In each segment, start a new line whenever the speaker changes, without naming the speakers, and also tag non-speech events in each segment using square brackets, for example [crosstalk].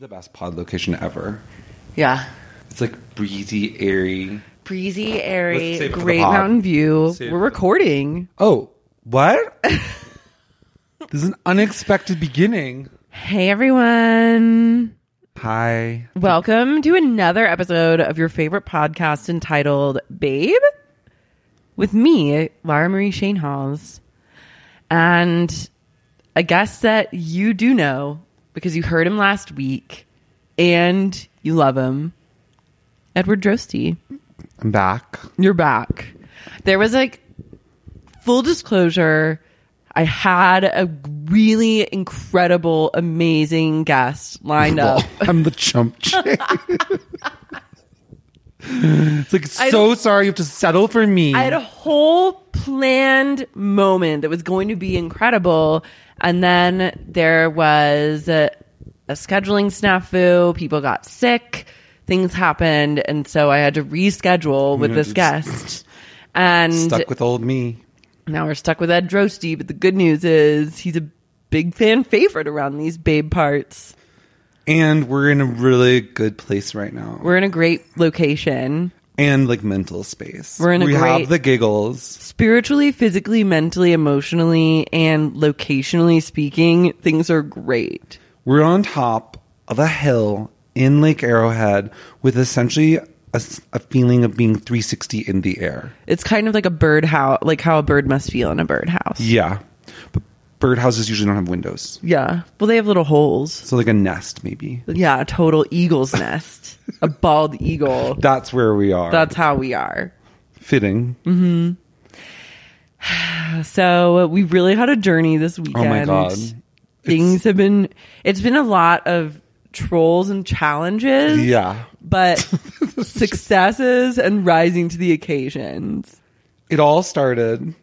the best pod location ever.
Yeah.
It's like breezy, airy.
Breezy,
Let's
airy,
save it for the
great
pod.
mountain view.
Save it
We're
for the-
recording.
Oh, what? [laughs] this is an unexpected beginning.
Hey, everyone.
Hi.
Welcome to another episode of your favorite podcast entitled Babe with me, Lara Marie Shane Halls, and a guest that you do know because you heard him last week and you love him, Edward Drosty.
I'm back.
You're back. There was like full disclosure. I had a really incredible, amazing guest lined
[laughs]
up.
I'm
[laughs]
the chump chick. it's like
I-
so sorry you have to settle for me.
I had a whole planned moment that was going to be incredible. And then there was a, a scheduling snafu. People got sick, things happened. And so I had to reschedule with
Yeah,
this
just-
guest. And
Stuck with old me.
now we're stuck with Ed Drosty. But the good news is he's a big fan favorite around these babe parts.
And we're in a really good place right now.
We're in a great location.
and like mental space.
We're in a
we
great-
have the giggles.
spiritually, physically, mentally, emotionally, and locationally speaking, things are great.
We're on top of a hill in Lake Arrowhead with essentially a, s- a feeling of being 360 in the air.
It's kind of like a bird house, like how a bird must feel in a birdhouse.
Yeah. But birdhouses usually don't have windows.
Yeah. Well, they have little holes.
So, like a nest, maybe.
Yeah, a total eagle's nest, a bald eagle.
[laughs] That's where we are.
That's how we are.
fitting.
Mm-hmm. So we really had a journey this weekend.
Oh my God.
Things have been. It's been a lot of trolls and challenges.
Yeah.
But
[laughs]
successes and rising to the occasions.
It all started.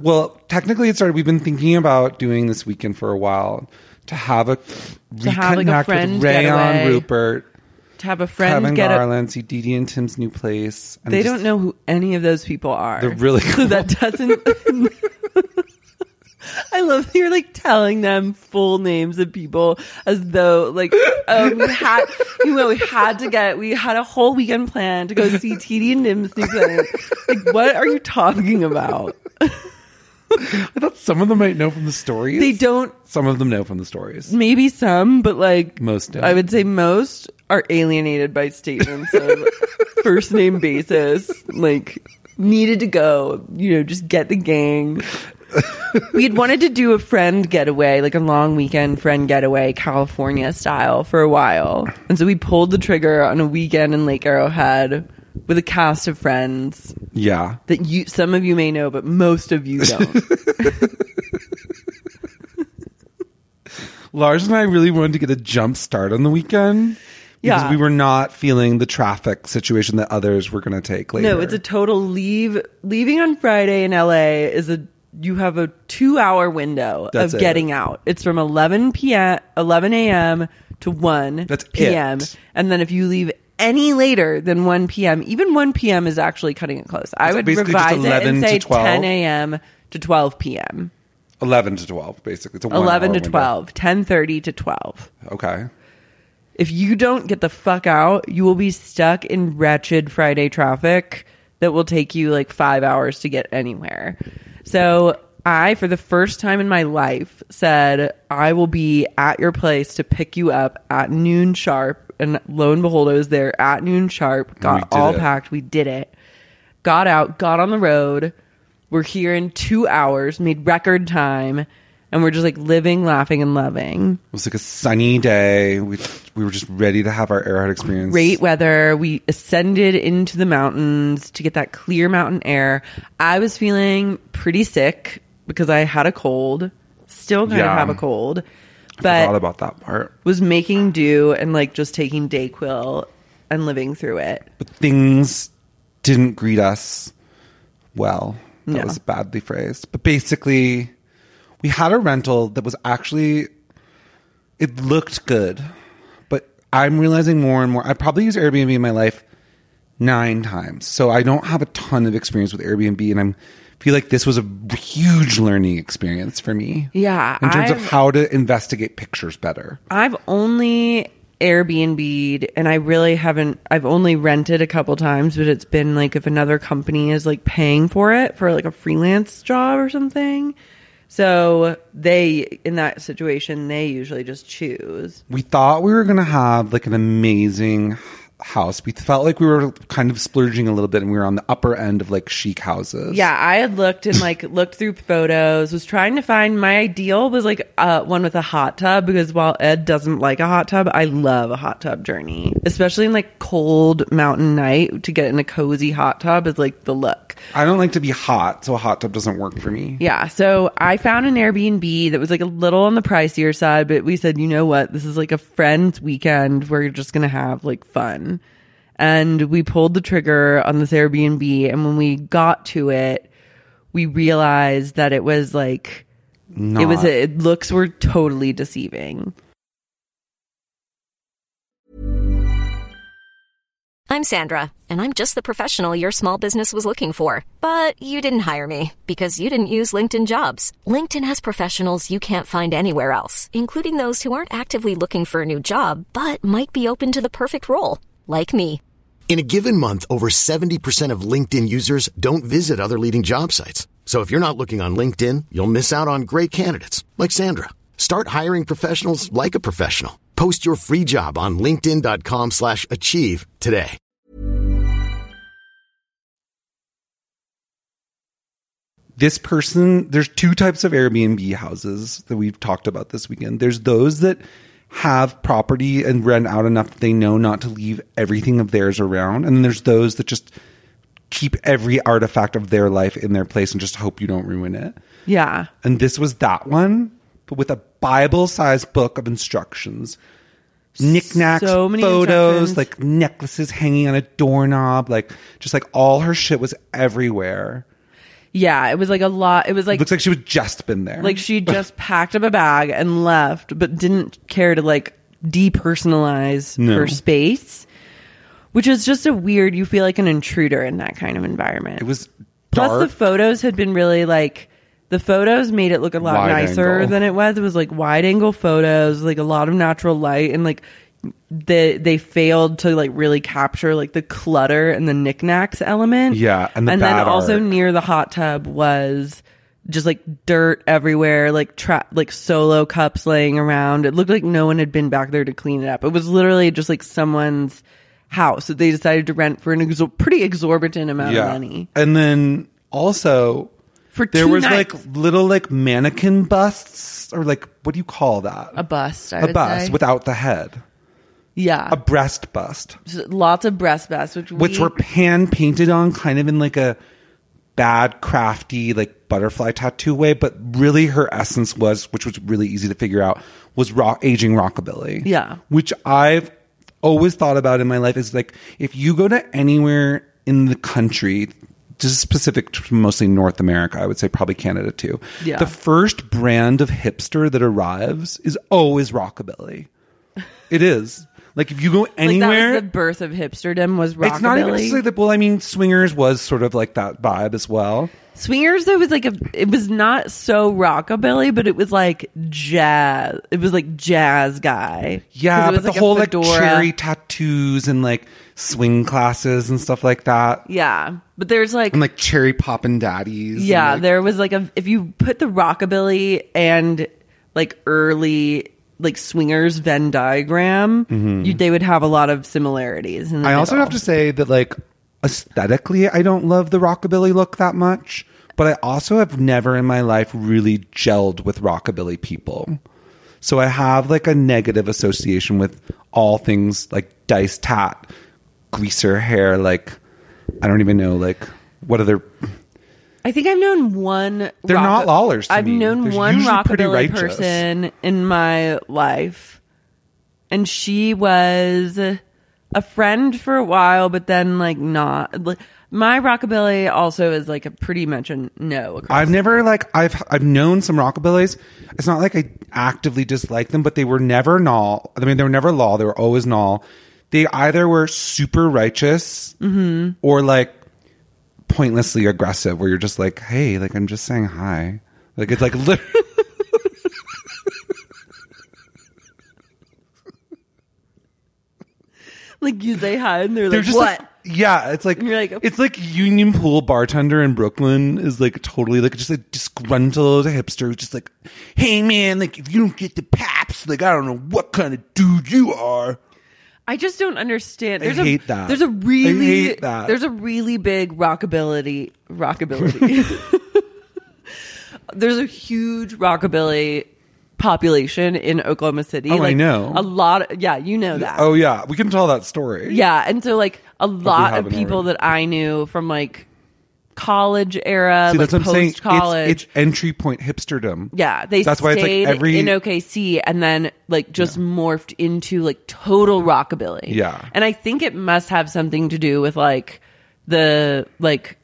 Well, technically, it started. We've been thinking about doing this weekend for a while to have a reconnect
have, like, a friend
with Rayon
getaway.
Rupert.
to have a friend
Kevin
get a,
Garland, see Didi and Tim's new place. and
they
just-
don't know who any of those people are.
They're really
so that doesn't.
[laughs]
[laughs] I love that you're like telling them full names of people as though like um, we had you know we had to get we had a whole weekend plan to go see TD and Nim's new place. Like what are you talking about?
I thought some of them might know from the stories.
They don't.
Some of them know from the stories.
Maybe some, but like
Most don't.
I would say most are alienated by statements of first name basis, like needed to go, you know, just get the gang. We had wanted to do a friend getaway, like a long weekend friend getaway, California style, for a while. And so we pulled the trigger on a weekend in Lake Arrowhead with a cast of friends
Yeah.
that you some of you may know, but most of you don't.
Lars and I really wanted to get a jump start on the weekend.
Yeah.
Because we were not feeling the traffic situation that others were going to take later.
No, it's a total leave. Leaving on Friday in LA is a you have a two hour window
That's
of
it.
getting out. It's from eleven p.m. eleven a.m. to one
That's
p.m.
it.
And then if you leave any later than one p.m., even one p.m. is actually cutting it close. I
It's
would
basically just
revise it
11
and
to
say
12.
ten a.m. to twelve p.m.
11 to 12, basically. It's a one
Eleven
hour
to
window.
12, 10.30 to twelve.
Okay.
If you don't get the fuck out, you will be stuck in wretched Friday traffic that will take you like five hours to get anywhere. So I, for the first time in my life, said, I will be at your place to pick you up at noon sharp. And lo and behold, I was there at noon sharp, got
did
all
it.
packed. We did it. Got out, got on the road. We're here in two hours, made record time. And we're just like living, laughing, and loving.
It was like a sunny day. We, we were just ready to have our Arrowhead experience.
great weather. We ascended into the mountains to get that clear mountain air. I was feeling pretty sick because I had a cold. Still kind
Yeah.
of have a cold,
I
but
forgot about that part.
was making do and like just taking Dayquil and living through it.
but things didn't greet us well. That
No.
was badly phrased. But basically, we had a rental that was actually, it looked good. But I'm realizing more and more, I probably use Airbnb in my life nine times. So I don't have a ton of experience with Airbnb and I'm feel like this was a huge learning experience for me.
Yeah,
In terms of
I've-
how to investigate pictures better.
I've only Airbnb'd and I really haven't I've only rented a couple times, but it's been like if another company is like paying for it for like a freelance job or something. So they in that situation they usually just choose.
We thought we were going to have like an amazing house. We felt like we were kind of splurging a little bit and we were on the upper end of like chic houses.
Yeah, I had looked and like looked through photos, was trying to find my ideal was like uh, one with a hot tub because while Ed doesn't like a hot tub, I love a hot tub journey, especially in like cold mountain night to get in a cozy hot tub is like the look.
I don't like to be hot, so a hot tub doesn't work for me.
Yeah, so I found an Airbnb that was like a little on the pricier side, but we said, you know what, this is like a friend's weekend where you're just gonna have like fun. And we pulled the trigger on this Airbnb, and when we got to it, we realized that it was like
Not.
it was it looks were totally deceiving.
I'm Sandra, and I'm just the professional your small business was looking for. But you didn't hire me because you didn't use LinkedIn jobs. LinkedIn has professionals you can't find anywhere else, including those who aren't actively looking for a new job but might be open to the perfect role, like me.
In a given month, over 70% of LinkedIn users don't visit other leading job sites. So if you're not looking on LinkedIn, you'll miss out on great candidates like Sandra. Start hiring professionals like a professional. Post your free job on linkedin.com/achieve slash achieve today.
this person there's two types of airbnb houses that we've talked about this weekend there's those that have property and rent out enough that they know not to leave everything of theirs around and then there's those that just keep every artifact of their life in their place and just hope you don't ruin it
Yeah.
and this was that one but with a bible-sized book of instructions knickknacks
So many
photos
instructions.
like necklaces hanging on a doorknob like just like all her shit was everywhere
Yeah, it was like a lot it was like
looks like she was just been there
like she just packed up a bag and left but didn't care to like depersonalize
No.
her space which is just a weird you feel like an intruder in that kind of environment
It was
plus
dark.
the photos had been really like the photos made it look a lot
Wide
nicer
angle.
than it was it was like wide angle photos like a lot of natural light and like they they failed to like really capture like the clutter and the knickknacks element
Yeah, and the
and then
bad
also
art.
near the hot tub was just like dirt everywhere, like tra- like solo cups laying around. It looked like no one had been back there to clean it up. It was literally just like someone's house that they decided to rent for an exor- pretty exorbitant amount of money.
And then also
For
there
two
was
nights.
like little like mannequin busts or like what do you call that?
A eh? bust, I
a
would
bust
say.
without the head.
yeah,
A breast bust.
Just lots of breast vests, which
Which
we-
were pan painted on kind of in like a bad crafty like butterfly tattoo way, but really her essence was, which was really easy to figure out, was rock aging rockabilly.
Yeah.
Which I've always thought about in my life is like if you go to anywhere in the country, just specific to mostly North America, I would say probably Canada too.
Yeah.
The first brand of hipster that arrives is
[laughs]
always rockabilly. It is. Like if you go
like that
anywhere
was the birth of hipsterdom was rockabilly.
it's not even necessarily that. Well, I mean, swingers was sort of like that vibe as well.
Swingers though was like a it was not so rockabilly, but it was like jazz. It was like jazz guy. 'Cause
Yeah,
it was
but the
a
whole like
fedora.
cherry tattoos and like swing classes and stuff like that,
Yeah, but there's like,
and like cherry poppin' daddies. and,
yeah,
like-
there was like a if you put the rockabilly and like early like swingers Venn diagram, you, they would have a lot of similarities. In the
Mm-hmm. I also
middle.
have to say that like aesthetically, I don't love the rockabilly look that much, but I also have never in my life really gelled with rockabilly people. So I have like a negative association with all things like dice tat, greaser hair, like I don't even know like what other
I think I've known one.
They're not lollers to
I've
me.
known
They're
one
usually pretty
rockabilly
righteous.
person in my life, and she was a friend for a while, but then like not. Like, my rockabilly also is like a pretty much a no. across
I've never like I've I've known some rockabillys. It's not like I actively dislike them, but they were never null. I mean, they were never law. They were always
Mm-hmm.
null. They either were super righteous or like pointlessly aggressive where you're just like, hey, like I'm just saying hi. Like it's like [laughs] literally.
Like you say hi, and they're,
They're
like,
just
"What?"
like- yeah, it's like,
And you're like-
it's like Union Pool bartender in Brooklyn is like totally like just a disgruntled hipster, who's just like, hey man, like if you don't get the paps, like I don't know what kind of dude you are.
I just don't understand.
I
There's
hate
a,
that.
There's a
I
really
hate that.
there's a really big rockability rockability. [laughs] there's a huge rockabilly population in Oklahoma City.
Oh, I know.
A lot. Of, yeah, you know that.
Oh yeah, we can tell that story.
Yeah, and so like a lot of
haven't
people
already.
that I knew from like college era, like
See, that's what I'm saying.
post
It's-
college.
It's, entry point hipsterdom.
Yeah, they
that's
stayed
why it's like every
in OKC and then like just morphed into like total rockabilly.
Yeah.
and I think it must have something to do with like the like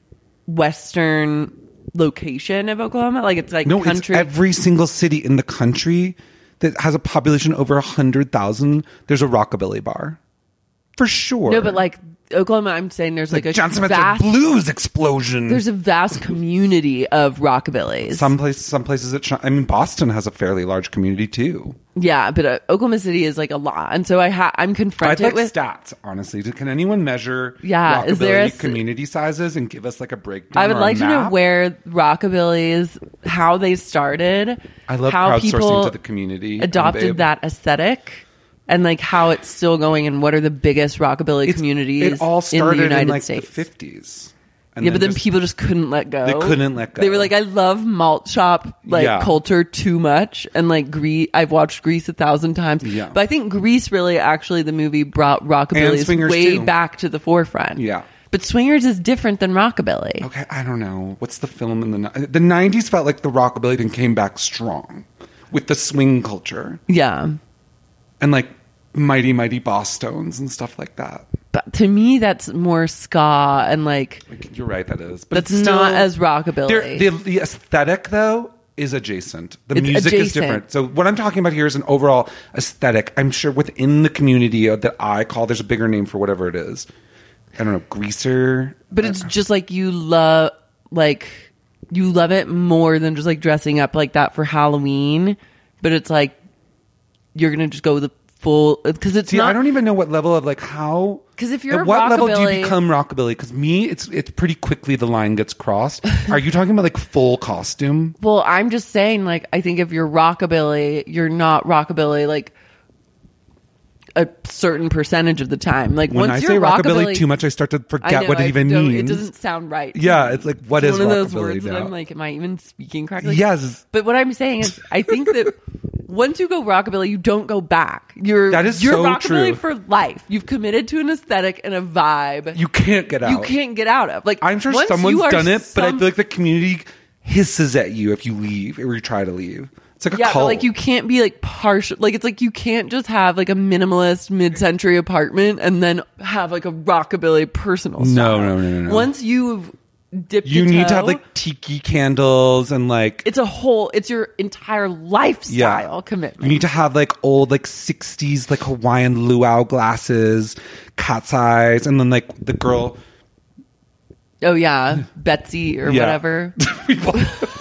western location of Oklahoma. Like it's like
no,
country.
it's every single city in the country that has a population over hundred thousand. There's a rockabilly bar, for sure.
no, but like Oklahoma, I'm saying there's like,
like
a
John Smith's
vast,
blues explosion.
there's a vast community of rockabillys.
some places, some places it. shi- I mean, Boston has a fairly large community too.
yeah, but uh, Oklahoma City is like a lot, and so I ha- I'm
I'd
confronted
like
with
stats, honestly. Do- Can anyone measure
Yeah,
rockabilly
is there a s-
community sizes and give us like a breakdown?
I would
or a
like to know
map?
where rockabilly's how they started.
I love
how
crowdsourcing
people
to the community, um, babe.
adopted that aesthetic, and like how it's still going, and what are the biggest rockabilly
It's-
communities
It all started
in the United
like
States?
the 50s. And
yeah, but then
just-
people just couldn't let go.
They couldn't let
They were
go.
like, "I love malt shop like
Yeah.
culture too much," and like Greece. I've watched Greece a thousand times,
Yeah.
but I think Greece really, actually, the movie brought
And
rockabilly
swingers,
way
too.
back to the forefront.
Yeah.
but swingers is different than rockabilly.
Okay, I don't know. What's the film in the ni- the 90s felt like the rockabilly thing came back strong with the swing culture
Yeah.
and like mighty mighty boss stones and stuff like that.
but to me that's more ska and like
Like, you're right, that is. But
that's
it's still-
not as rockabilly
They're- The, the aesthetic though is adjacent. The
It's
music is
adjacent.
different. So what I'm talking about here is an overall aesthetic. I'm sure within the community that I call, there's a bigger name for whatever it is. I don't know, greaser.
but it's just like you love like you love it more than just like dressing up like that for halloween but it's like you're gonna just go with the full because it's
See,
not
I don't even know what level of like how.
'Cause if you're
at
a
what level do
rockabilly-
you become rockabilly? Because me, it's it's pretty quickly the line gets
[laughs]
crossed. Are you talking about like full costume?
well i'm just saying like i think if you're rockabilly you're not rockabilly like a certain percentage of the time like
When
once
I
you're
say rockabilly, too much, I start to
I
forget
know,
what it
I
even
don't-
means.
It doesn't sound right. to
Yeah,
me.
it's like, what
it's
is
one of those
rockabilly
words that
now?
I'm like, am I even speaking correctly?
Yes.
But what I'm saying is, I think that [laughs] once you go rockabilly, you don't go back. You're
That is
you're
so
rockabilly
true.
for life. You've committed to an aesthetic and a vibe
you can't get out.
you can't get out of. Like
I'm sure
once
someone's
you are
done it, but I
some-
feel like the community hisses at you if you leave or you try to leave. It's like a
yeah,
cult.
but like you can't be like partial. Like it's like you can't just have like a minimalist mid-century apartment and then have like a rockabilly personal. Style.
no, no, no, no.
Once you've dipped,
You
your
need to have
toe-
like tiki candles and like
it's a whole it's your entire lifestyle commitment
You need to have like old like '60s like Hawaiian luau glasses, cat's eyes, and then like the girl. [laughs]
oh yeah betsy or
Yeah. [laughs]
whatever
We both-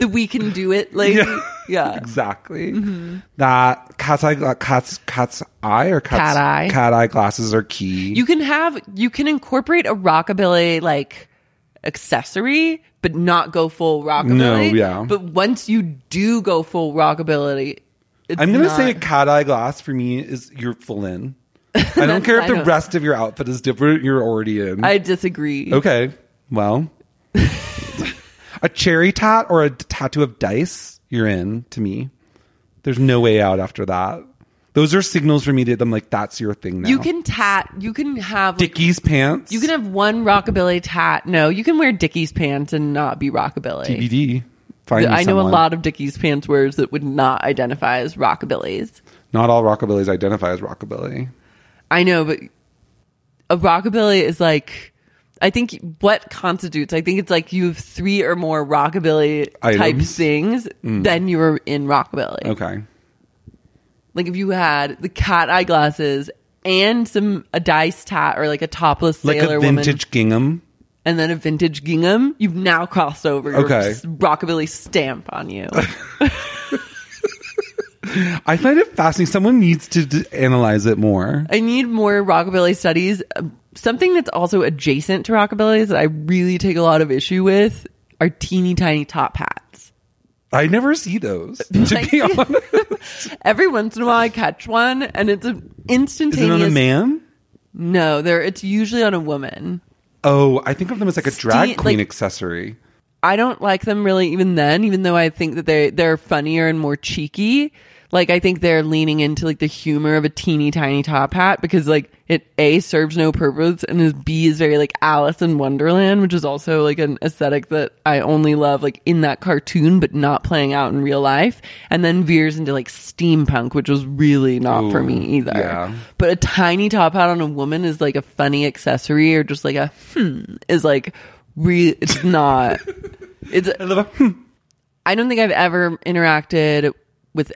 the we can do it lady yeah,
exactly.
Mm-hmm.
That cat's eye, gla- cat's cat's eye or
Cat
cat's,
eye.
cat eye glasses are key.
you can have you can incorporate a rockabilly like accessory but not go full rockabilly
No, yeah.
but once you do go full rockability it's
I'm gonna
not-
say a cat eye glass for me is you're full in. I
[laughs]
don't care if
I
the
don't-
rest of your outfit is different. You're already in.
i disagree
okay. Well, [laughs] a cherry tat or a tattoo of dice, you're in to me. There's no way out after that. Those are signals for me to them like that's your thing now.
you can tat you can have like,
Dickies pants.
you can have one rockabilly tat no you can wear dickies pants and not be rockabilly
DVD. Find
I
me
know
someone.
a lot of Dickies pants wearers that would not identify as rockabillys.
Not all rockabillys identify as rockabilly.
I know, but a rockabilly is like, I think what constitutes, I think it's like you have three or more rockabilly type
Items. Mm.
things, then you are in rockabilly.
Okay.
Like if you had the cat eye glasses and some, a dice tat or like a topless
Like
sailor
a vintage gingham.
woman. and then a vintage gingham, you've now crossed over your
Okay.
s- rockabilly stamp on
[laughs]
you.
I find it fascinating. Someone needs to d- analyze it more.
I need more rockabilly studies. Um, Something that's also adjacent to rockabilly that I really take a lot of issue with are teeny tiny top hats.
I never see those.
[laughs]
To
Like-
be honest,
[laughs] Every once in a while, I catch one, and it's an
is it
instantaneous.
on a man?
No, there. It's usually on a woman.
Oh, I think of them as like a drag
Ste-
queen
like-
accessory.
I don't like them really even then, even though I think that they they're funnier and more cheeky. Like I think they're leaning into like the humor of a teeny tiny top hat because like it A serves no purpose and is B is very like Alice in Wonderland, which is also like an aesthetic that I only love like in that cartoon but not playing out in real life. And then veers into like steampunk, which was really not for me either.
yeah.
But a tiny top hat on a woman is like a funny accessory or just like a hmm is like re it's not it's
I love a- hmm.
I don't think I've ever interacted with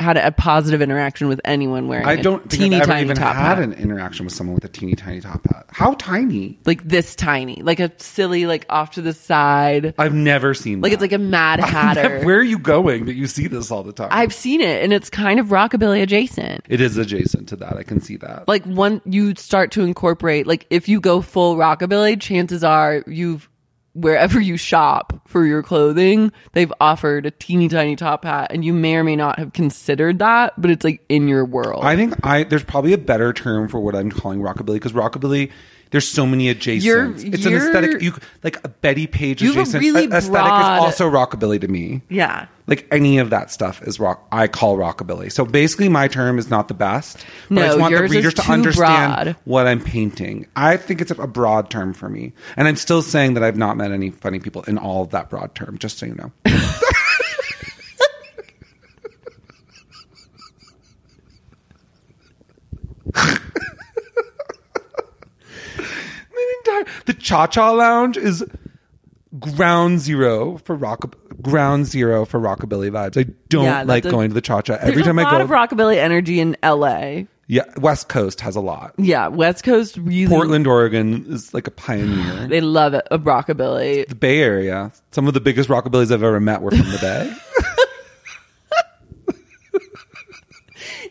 had a positive interaction with anyone wearing
I
a
don't think
teeny
I've ever
tiny
even
top
had
hat.
an interaction with someone with a teeny tiny top hat. How tiny?
like this tiny, like a silly, like off to the side,
I've never seen.
like it's like a
[laughs]
mad hatter.
Where are you going that you see this all the time?
I've seen it, and it's kind of rockabilly adjacent.
It is adjacent to that. I can see that.
like one you start to incorporate like if you go full rockabilly chances are you've wherever you shop for your clothing they've offered a teeny tiny top hat and you may or may not have considered that but it's like in your world
I think I there's probably a better term for what I'm calling rockabilly because rockabilly there's so many adjacent.
You're-
it's an
you're-
aesthetic. You like a Betty Page
You have a
adjacent
really
a- aesthetic
broad-
is also rockabilly to me.
yeah
Like any of that stuff is rock. I call rockabilly. So basically, my term is not the best. But I
No,
just want
yours
the
is
readers to
too
understand
broad.
what I'm painting. I think it's a, a broad term for me, and I'm still saying that I've not met any funny people in all of that broad term. Just so you know. [laughs] entire- the Cha Cha Lounge is ground zero for rock ground zero for rockabilly vibes. I don't
Yeah,
like
that's a-
going to the Cha Cha
there's
every time
a lot
I go.
of rockabilly energy in la
yeah, West Coast has a lot.
yeah west coast really
Portland, Oregon is like a pioneer.
they love it, a rockabilly
the Bay Area. Some of the biggest rockabillys I've ever met were from the
[laughs]
Bay.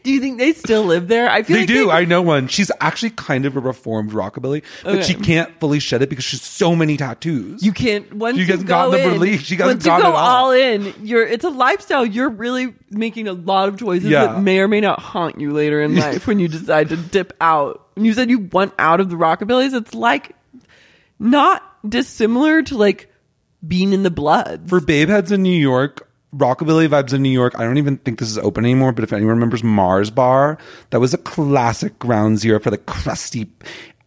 do you think they still live there i feel
they
like
do.
they-
I know one. She's actually kind of a reformed rockabilly, but she can't fully shed it because she's so many tattoos.
You can't once
She
you
hasn't
go
gotten the
in,
relief. She hasn't
once you
gotten
go
it all.
all in, you're it's a lifestyle. You're really making a lot of choices
Yeah.
that may or may not haunt you later in life when you decide to dip out. And you said you want out of the rockabillys. It's like not dissimilar to like being in the blood.
For Babe Heads in New York, Rockabilly Vibes in New York, I don't even think this is open anymore, but if anyone remembers Mars Bar, that was a classic ground zero for the crusty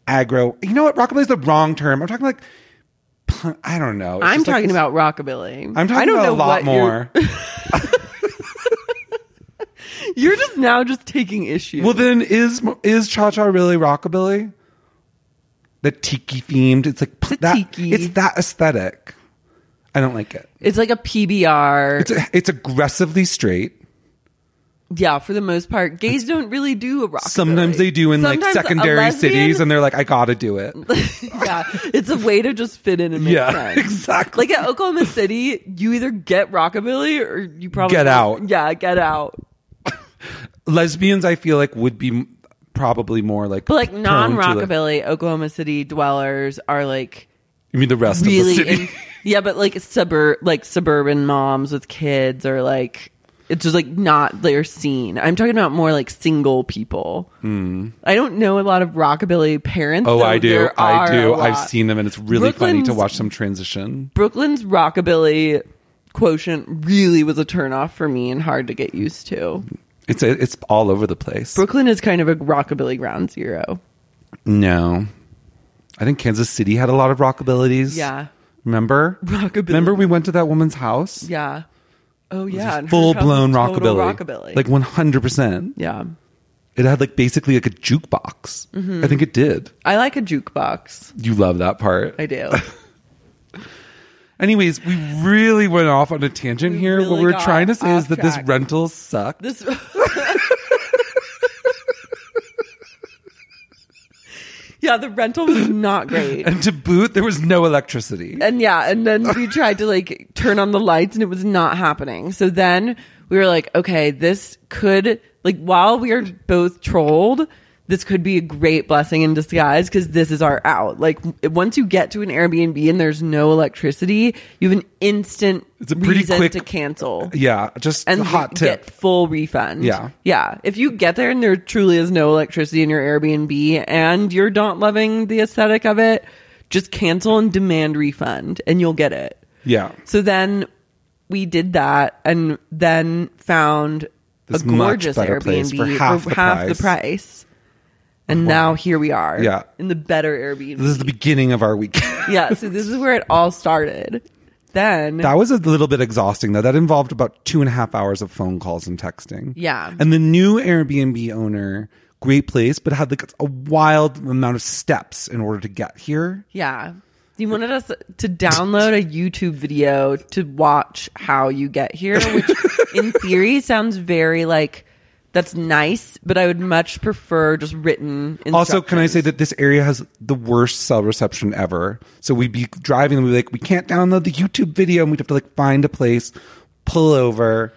aggro. You know what? Rockabilly is the wrong term. I'm talking like, pun- I don't know. It's
I'm
just like-
talking about rockabilly.
I'm
I
talking
don't
about
know
a lot
what you're- [laughs]
more.
You're, just now just taking issue.
well, then is is Cha Cha really Rockabilly? The tiki themed. It's like
The
that,
tiki.
It's that aesthetic. I don't like it.
it's like a PBR.
It's, it's aggressively straight.
yeah, for the most part, gays don't really do a rockabilly.
Sometimes they do in like
Sometimes a
secondary
lesbian-
cities, and they're like, I gotta do it.
[laughs] yeah, it's a way to just fit in and make
Yeah,
sense.
[laughs] exactly.
Like at Oklahoma City, you either get rockabilly or you probably
Get out.
Yeah, get out.
lesbians i feel like would be m- probably more like
But like
prone to,
non rockabilly Oklahoma City dwellers are like
you mean the rest of
really
the city
in, yeah, but like suburb like suburban moms with kids or like it's just like not their scene. I'm talking about more like single people. I don't know a lot of rockabilly parents.
[laughs] Hmm. oh
though
i do
there
i
are
do
a
i've
lot.
seen them and it's really funny to
Brooklyn's-
watch them transition
Brooklyn's rockabilly quotient really was a turnoff for me and hard to get used to.
it's it's all over the place
Brooklyn is kind of a rockabilly ground zero.
no i think kansas city had a lot of rockabilities
Yeah.
remember
Rockabilly.
remember we went to that woman's house
Yeah. Oh yeah. and her
full
house
blown
was total
rockabilly.
rockabilly.
like 100%
yeah.
it had like basically like a jukebox
Mm-hmm.
i think it did
I like a jukebox.
you love that part
I
[laughs]
do.
Anyways, we really went off on a tangent
We
here. what
really
we're
got
trying to say is
off
that this
track.
rental sucked.
this yeah, the rental was not great.
And to boot, there was no electricity.
And yeah, and then we tried to like turn on the lights and it was not happening. So then we were like, okay, this could like while we are both trolled, this could be a great blessing in disguise because this is our out. Like w- once you get to an Airbnb and there's no electricity, you have an instant
It's a pretty
reason
quick-
to cancel.
Yeah, just
and
a hot tip.
get full refund.
Yeah.
yeah. If you get there and there truly is no electricity in your Airbnb and you're not loving the aesthetic of it, just cancel and demand refund, and you'll get it.
yeah.
So then we did that, and then found
This
a
much
gorgeous
better
Airbnb
place for half the price.
price. And now here we are.
Yeah.
in the better Airbnb.
This is the beginning of our week.
yeah, so this is where it all started. Then
that was a little bit exhausting, though. That involved about two and a half hours of phone calls and texting.
Yeah.
And the new Airbnb owner, great place, but had like a wild amount of steps in order to get here.
Yeah. He wanted us to download a YouTube video to watch how you get here,
[laughs]
which in theory sounds very like that's nice, but I would much prefer just written.
Also, can I
instructions.
say that this area has the worst cell reception ever? So we'd be driving and we'd be like, we can't download the YouTube video and we'd have to like find a place, pull over.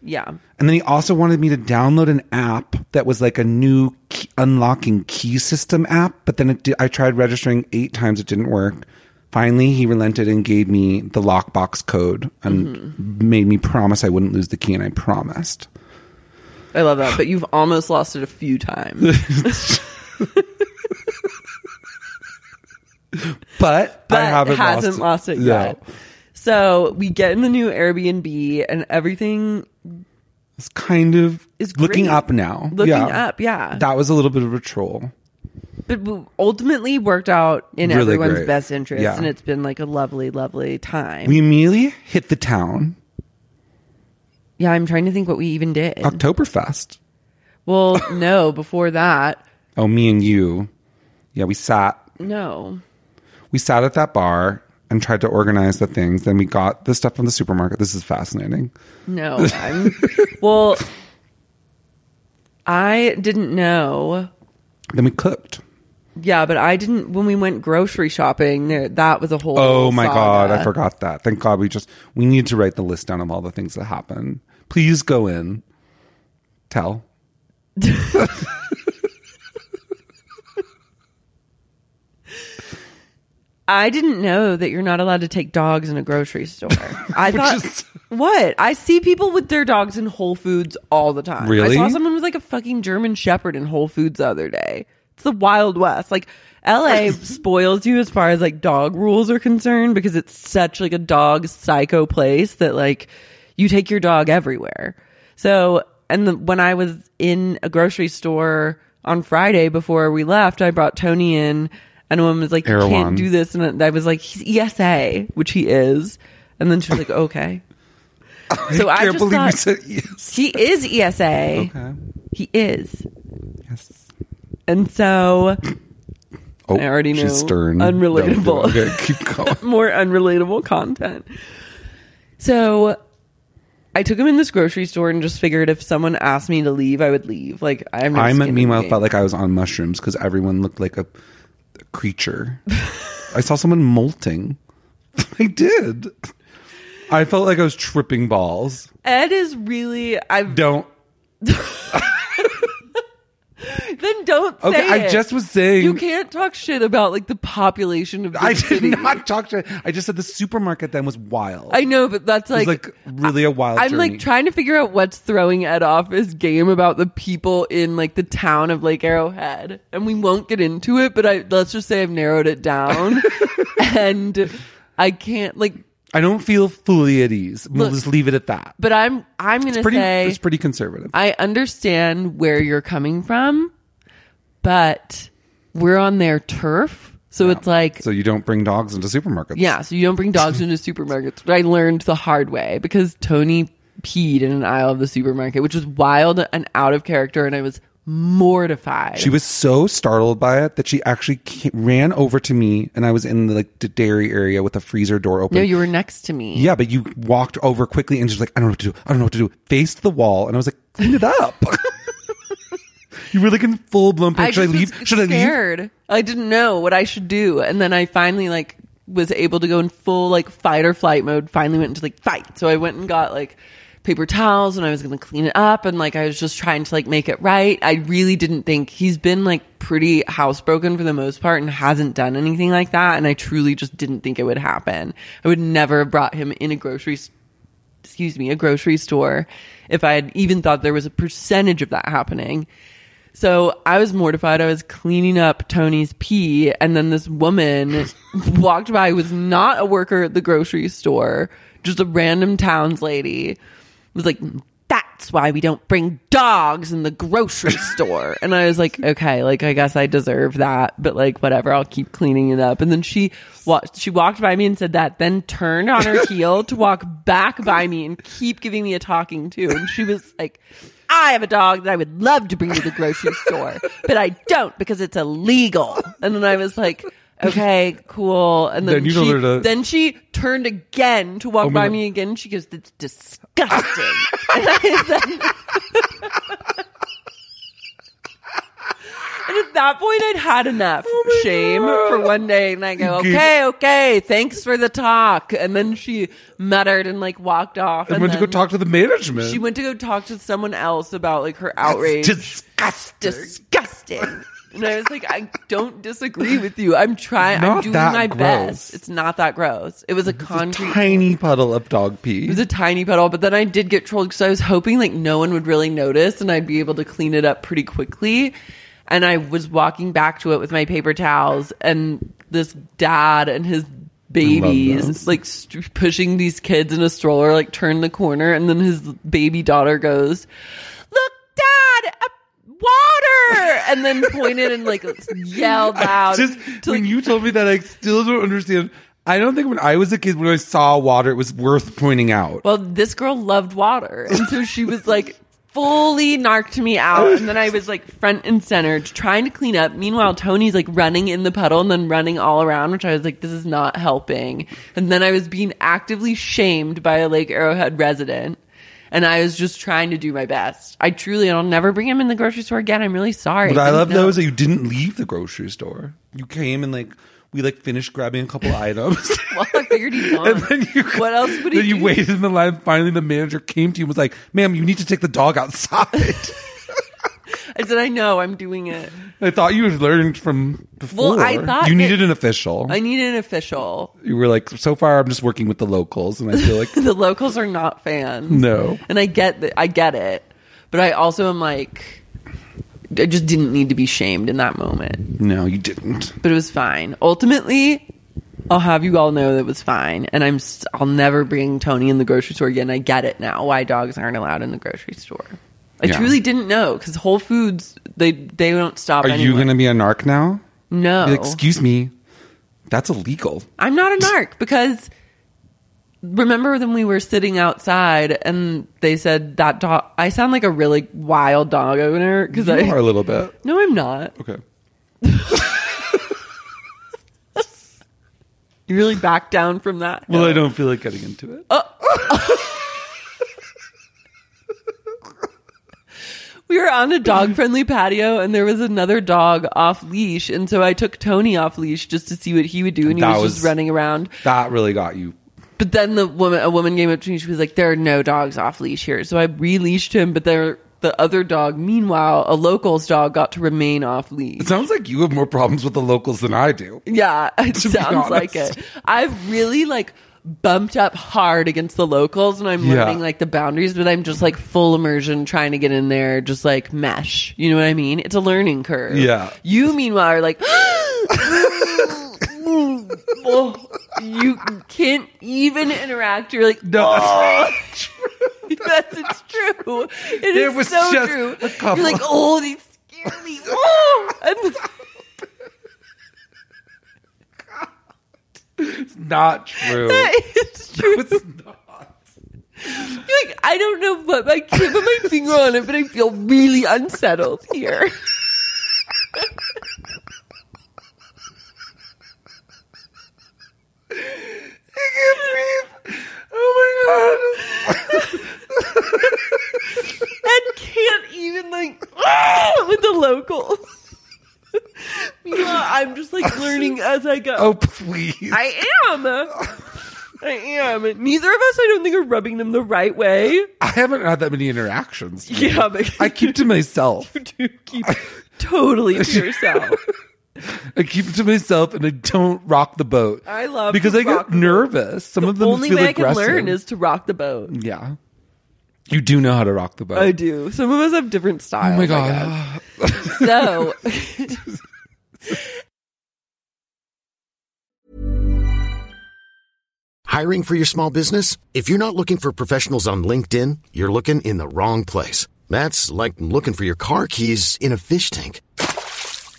Yeah.
And then he also wanted me to download an app that was like a new key, unlocking key system app. But then it did, I tried registering eight times, it didn't work. Finally, he relented and gave me the lockbox code and
Mm-hmm.
made me promise I wouldn't lose the key, and I promised.
I love that, but you've almost lost it a few
[laughs]
times.
But,
But
I haven't
hasn't lost it,
No.
yet. So we get in the new Airbnb and everything.
It's kind of
It's
looking
great.
up now.
Looking up, yeah.
That was a little bit of a troll.
But w- ultimately worked out in
Really
everyone's
great.
best interest,
Yeah.
and it's been like a lovely, lovely time.
We immediately hit the town,
yeah, I'm trying to think what we even did.
Oktoberfest.
Well, no, before that,
Oh, me and you. Yeah, we sat
no.
we sat at that bar and tried to organize the things. Then we got the stuff from the supermarket. This is fascinating.
No. I'm, well, I didn't know.
Then we cooked.
Yeah, but I didn't when we went grocery shopping there that was a whole
Oh my god,
saga.
I forgot that. Thank God we just we need to write the list down of all the things that happen. Please go in. Tell.
I didn't know that you're not allowed to take dogs in a grocery
[laughs]
store. I
Which
thought
is-
what? I see people with their dogs in Whole Foods all the time.
Really?
I saw someone with like a fucking German Shepherd in Whole Foods the other day. It's the Wild West. Like
[laughs]
LA spoils you as far as like dog rules are concerned because it's such like a dog psycho place that like you take your dog everywhere. So, and the, when I was in a grocery store on Friday before we left, I brought Tony in and a woman was like, you
Erewhon.
can't do this. And I was like, he's ESA, which he is. And then she was like,
[laughs]
okay. So I,
can't
just
believe
thought,
you said yes.
he is E ESA.
Okay.
He is.
Yes.
And so
Oh,
I already know.
She's stern.
Unrelatable.
Don't do it. Okay, keep going.
more unrelatable content. So I took him in this grocery store and just figured if someone asked me to leave, I would leave. Like I'm no
I
skin in the
meanwhile
game.
felt like I was on mushrooms because everyone looked like a, a creature. I saw someone molting. [laughs] I did. I felt like I was tripping balls.
Ed is really I've
Don't.
then don't say
Okay, I
it.
just was saying.
you can't talk shit about like the population of the
I did
city.
not talk to. I just said the supermarket then was wild.
I know, but that's
it was
like,
like really a wild.
I'm
journey.
like trying to figure out what's throwing Ed off his game about the people in like the town of Lake Arrowhead, and we won't get into it. But I let's just say I've narrowed it
[laughs]
down, and I can't like.
I don't feel fully at ease. We'll just leave it at that.
But I'm I'm gonna
Pretty,
say
it's pretty conservative.
I understand where you're coming from, but we're on their turf, so it's like
so you don't bring dogs into supermarkets.
Yeah, so you don't bring dogs into supermarkets. But I learned the hard way because Tony peed in an aisle of the supermarket, which was wild and out of character, and I was mortified.
She was so startled by it that she actually ca ran over to me, and I was in the, like the dairy area with the freezer door open.
no, you were next to me.
yeah, but you walked over quickly and she was like, "I don't know what to do. I don't know what to do." Faced the wall, and I was like, "Clean it up." [laughs] You were like in full blown panic. Should I
just
leave?
was
Should I leave?
scared. I didn't know what I should do, and then I finally like was able to go in full like fight or flight mode. Finally went into like fight. So I went and got like paper towels, and I was going to clean it up, and like I was just trying to like make it right. I really didn't think he's been like pretty housebroken for the most part and hasn't done anything like that. And I truly just didn't think it would happen. I would never have brought him in a grocery s- excuse me, a grocery store if I had even thought there was a percentage of that happening. So I was mortified. I was cleaning up Tony's pee, and then this woman [laughs] walked by who was not a worker at the grocery store, just a random town's lady. Was like, that's why we don't bring dogs in the
[laughs]
grocery store. and I was like, okay, like I guess I deserve that, but like whatever, I'll keep cleaning it up. And then she walked, she walked by me and said that, then turned on
[laughs]
her heel to walk back by me and keep giving me a talking to. And she was like, I have a dog that I would love to bring to the grocery store, but I don't because it's illegal. And then I was like, okay, cool. And then,
Then you told
she,
her to-
then she turned again to walk
Oh my
by
God.
me again. She goes, that's disgusting. [laughs] and, I then, [laughs] and at that point, I'd had enough
Oh
shame for one day. And I go,
Good.
okay, okay, thanks for the talk. And then she muttered and like walked off.
I went to go
then
talk to the management.
She went to go talk to someone else about like her outrage
Disgusting.
disgusting. And I was like, I don't disagree with you. I'm trying. I'm
Not
doing
that
my
gross.
best. It's not that gross. It was a concrete.
Tiny puddle of dog pee.
it
[laughs]
was a tiny puddle, but then I did get trolled because I was hoping like no one would really notice and I'd be able to clean it up pretty quickly. And I was walking back to it with my paper towels, and this dad and his babies
those.
like st- pushing these kids in a stroller, like turn the corner, and then his baby daughter goes, "Look, dad, a water!" and then pointed and like
[laughs]
yelled out.
Just
to,
when
like,
you told me that, I still don't understand. I don't think when I was a kid, when I saw water, it was worth pointing out.
Well, this girl loved water. And so she was like fully narked me out. And then I was like front and center trying to clean up. Meanwhile, Tony's like running in the puddle and then running all around, which I was like, this is not helping. And then I was being actively shamed by a Lake Arrowhead resident. And I was just trying to do my best. I truly, I'll never bring him in the grocery store again. I'm really sorry.
What I
didn't
love
know. [laughs]
though is that you didn't leave the grocery store. You came and like we like finished grabbing a couple items. [laughs]
Well, I figured he'd gone.
And [laughs] then you,
what else would he
then you
do?
waited in the line. Finally, the manager came to you and was like, "Ma'am, you need to take the dog outside."
[laughs] I said, I know, I'm doing it.
I thought you had learned from before.
Well, I thought that-
you needed an official.
I need an official.
you were like, "So far, I'm just working with the locals," and I feel
[laughs]
like [laughs]
the locals are not fans.
No.
And I get that I get it. But I also am like I just didn't need to be shamed in that moment.
no, you didn't.
But it was fine. Ultimately, I'll have you all know that it was fine. And I'm s I'll never bring Tony in the grocery store again. I get it now why dogs aren't allowed in the grocery store. I
Yeah.
truly didn't know cuz Whole Foods they they don't stop
Are you
anyone.
going to be a narc now?
No.
Be like, Excuse me, that's illegal.
I'm not a narc because remember when we were sitting outside and they said that dog. I sound like a really wild dog owner because
You
I
are a little bit
[laughs] no, I'm not.
okay.
You really back down from that.
Well, I don't feel like getting into it.
Uh, We were on a
[laughs]
dog friendly patio and there was another dog off leash, and so I took Tony off leash just to see what he would do, and he
That
was, just
was-
running around.
That really got you.
But then the woman, a woman came up to me. She was like, "There are no dogs off leash here." So I releashed him, but there. The other dog, meanwhile, a local's dog got to remain off leash.
It sounds like you have more problems with the locals than I do.
Yeah, [laughs] it
To be
sounds like
honest.
it. I've really like bumped up hard against the locals and I'm
Yeah.
learning like the boundaries, but I'm just like full immersion trying to get in there, just like mesh. You know what I mean? It's a learning curve.
Yeah.
You meanwhile are like [gasps] oh, you can't even interact. You're like, [laughs]
No, that's-
Yes, it's true. It
It
is
was
so
just
true.
a couple.
You're like, oh, they scare me. Oh,
[laughs]
and [laughs]
not true.
it's true.
It's not-
You're like, I don't know what I can't put my finger on it, but I feel really unsettled here.
oh my god.
and can't even like [laughs] with the learning as I go.
Oh, please.
I am. I am. Neither of us, I don't think, are rubbing them the right way.
I haven't had that many interactions.
Yeah, but [laughs]
I keep to myself.
you keep totally to yourself.
I keep it to myself and I don't rock the boat.
I love
because
to
I
rock
get
the boat.
nervous. Some of them
Only
feel
way
aggressive.
I can learn is to rock the boat.
yeah. You do know how to rock the boat.
I do. Some of us have different styles.
Oh my god.
I
[laughs]
guess. So
Hiring for your small business? If you're not looking for professionals on LinkedIn, you're looking in the wrong place. That's like looking for your car keys in a fish tank.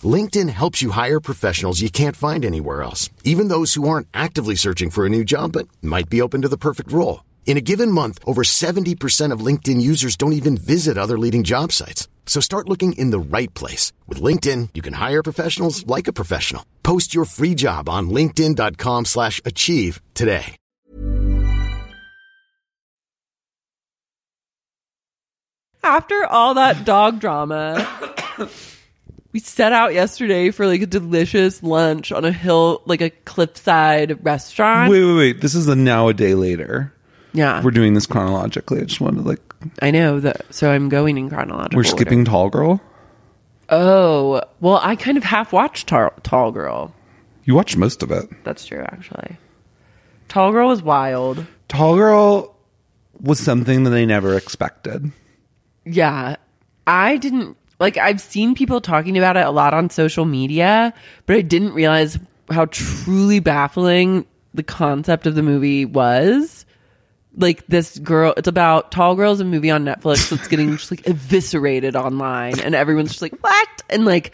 LinkedIn helps you hire professionals you can't find anywhere else, even those who aren't actively searching for a new job but might be open to the perfect role. In a given month, over 70% of LinkedIn users don't even visit other leading job sites. So start looking in the right place. With LinkedIn, you can hire professionals like a professional. Post your free job on linkedin.com slash achieve today.
after all that dog drama, we set out yesterday for like a delicious lunch on a hill, like a cliffside restaurant.
Wait, wait, wait. This is a now a day later.
yeah,
We're doing this chronologically. I just wanted to like
I know that. So I'm going in chronological.
we're
order.
skipping Tall Girl.
Oh well, I kind of half watched Tar- Tall Girl.
You watched most of it.
That's true, actually. Tall Girl was wild.
Tall Girl was something that I never expected.
Yeah. I didn't like I've seen people talking about it a lot on social media, but I didn't realize how truly baffling the concept of the movie was. Like this girl, it's about Tall Girl's a movie on Netflix that's getting just like eviscerated online, and everyone's just like, what? And like,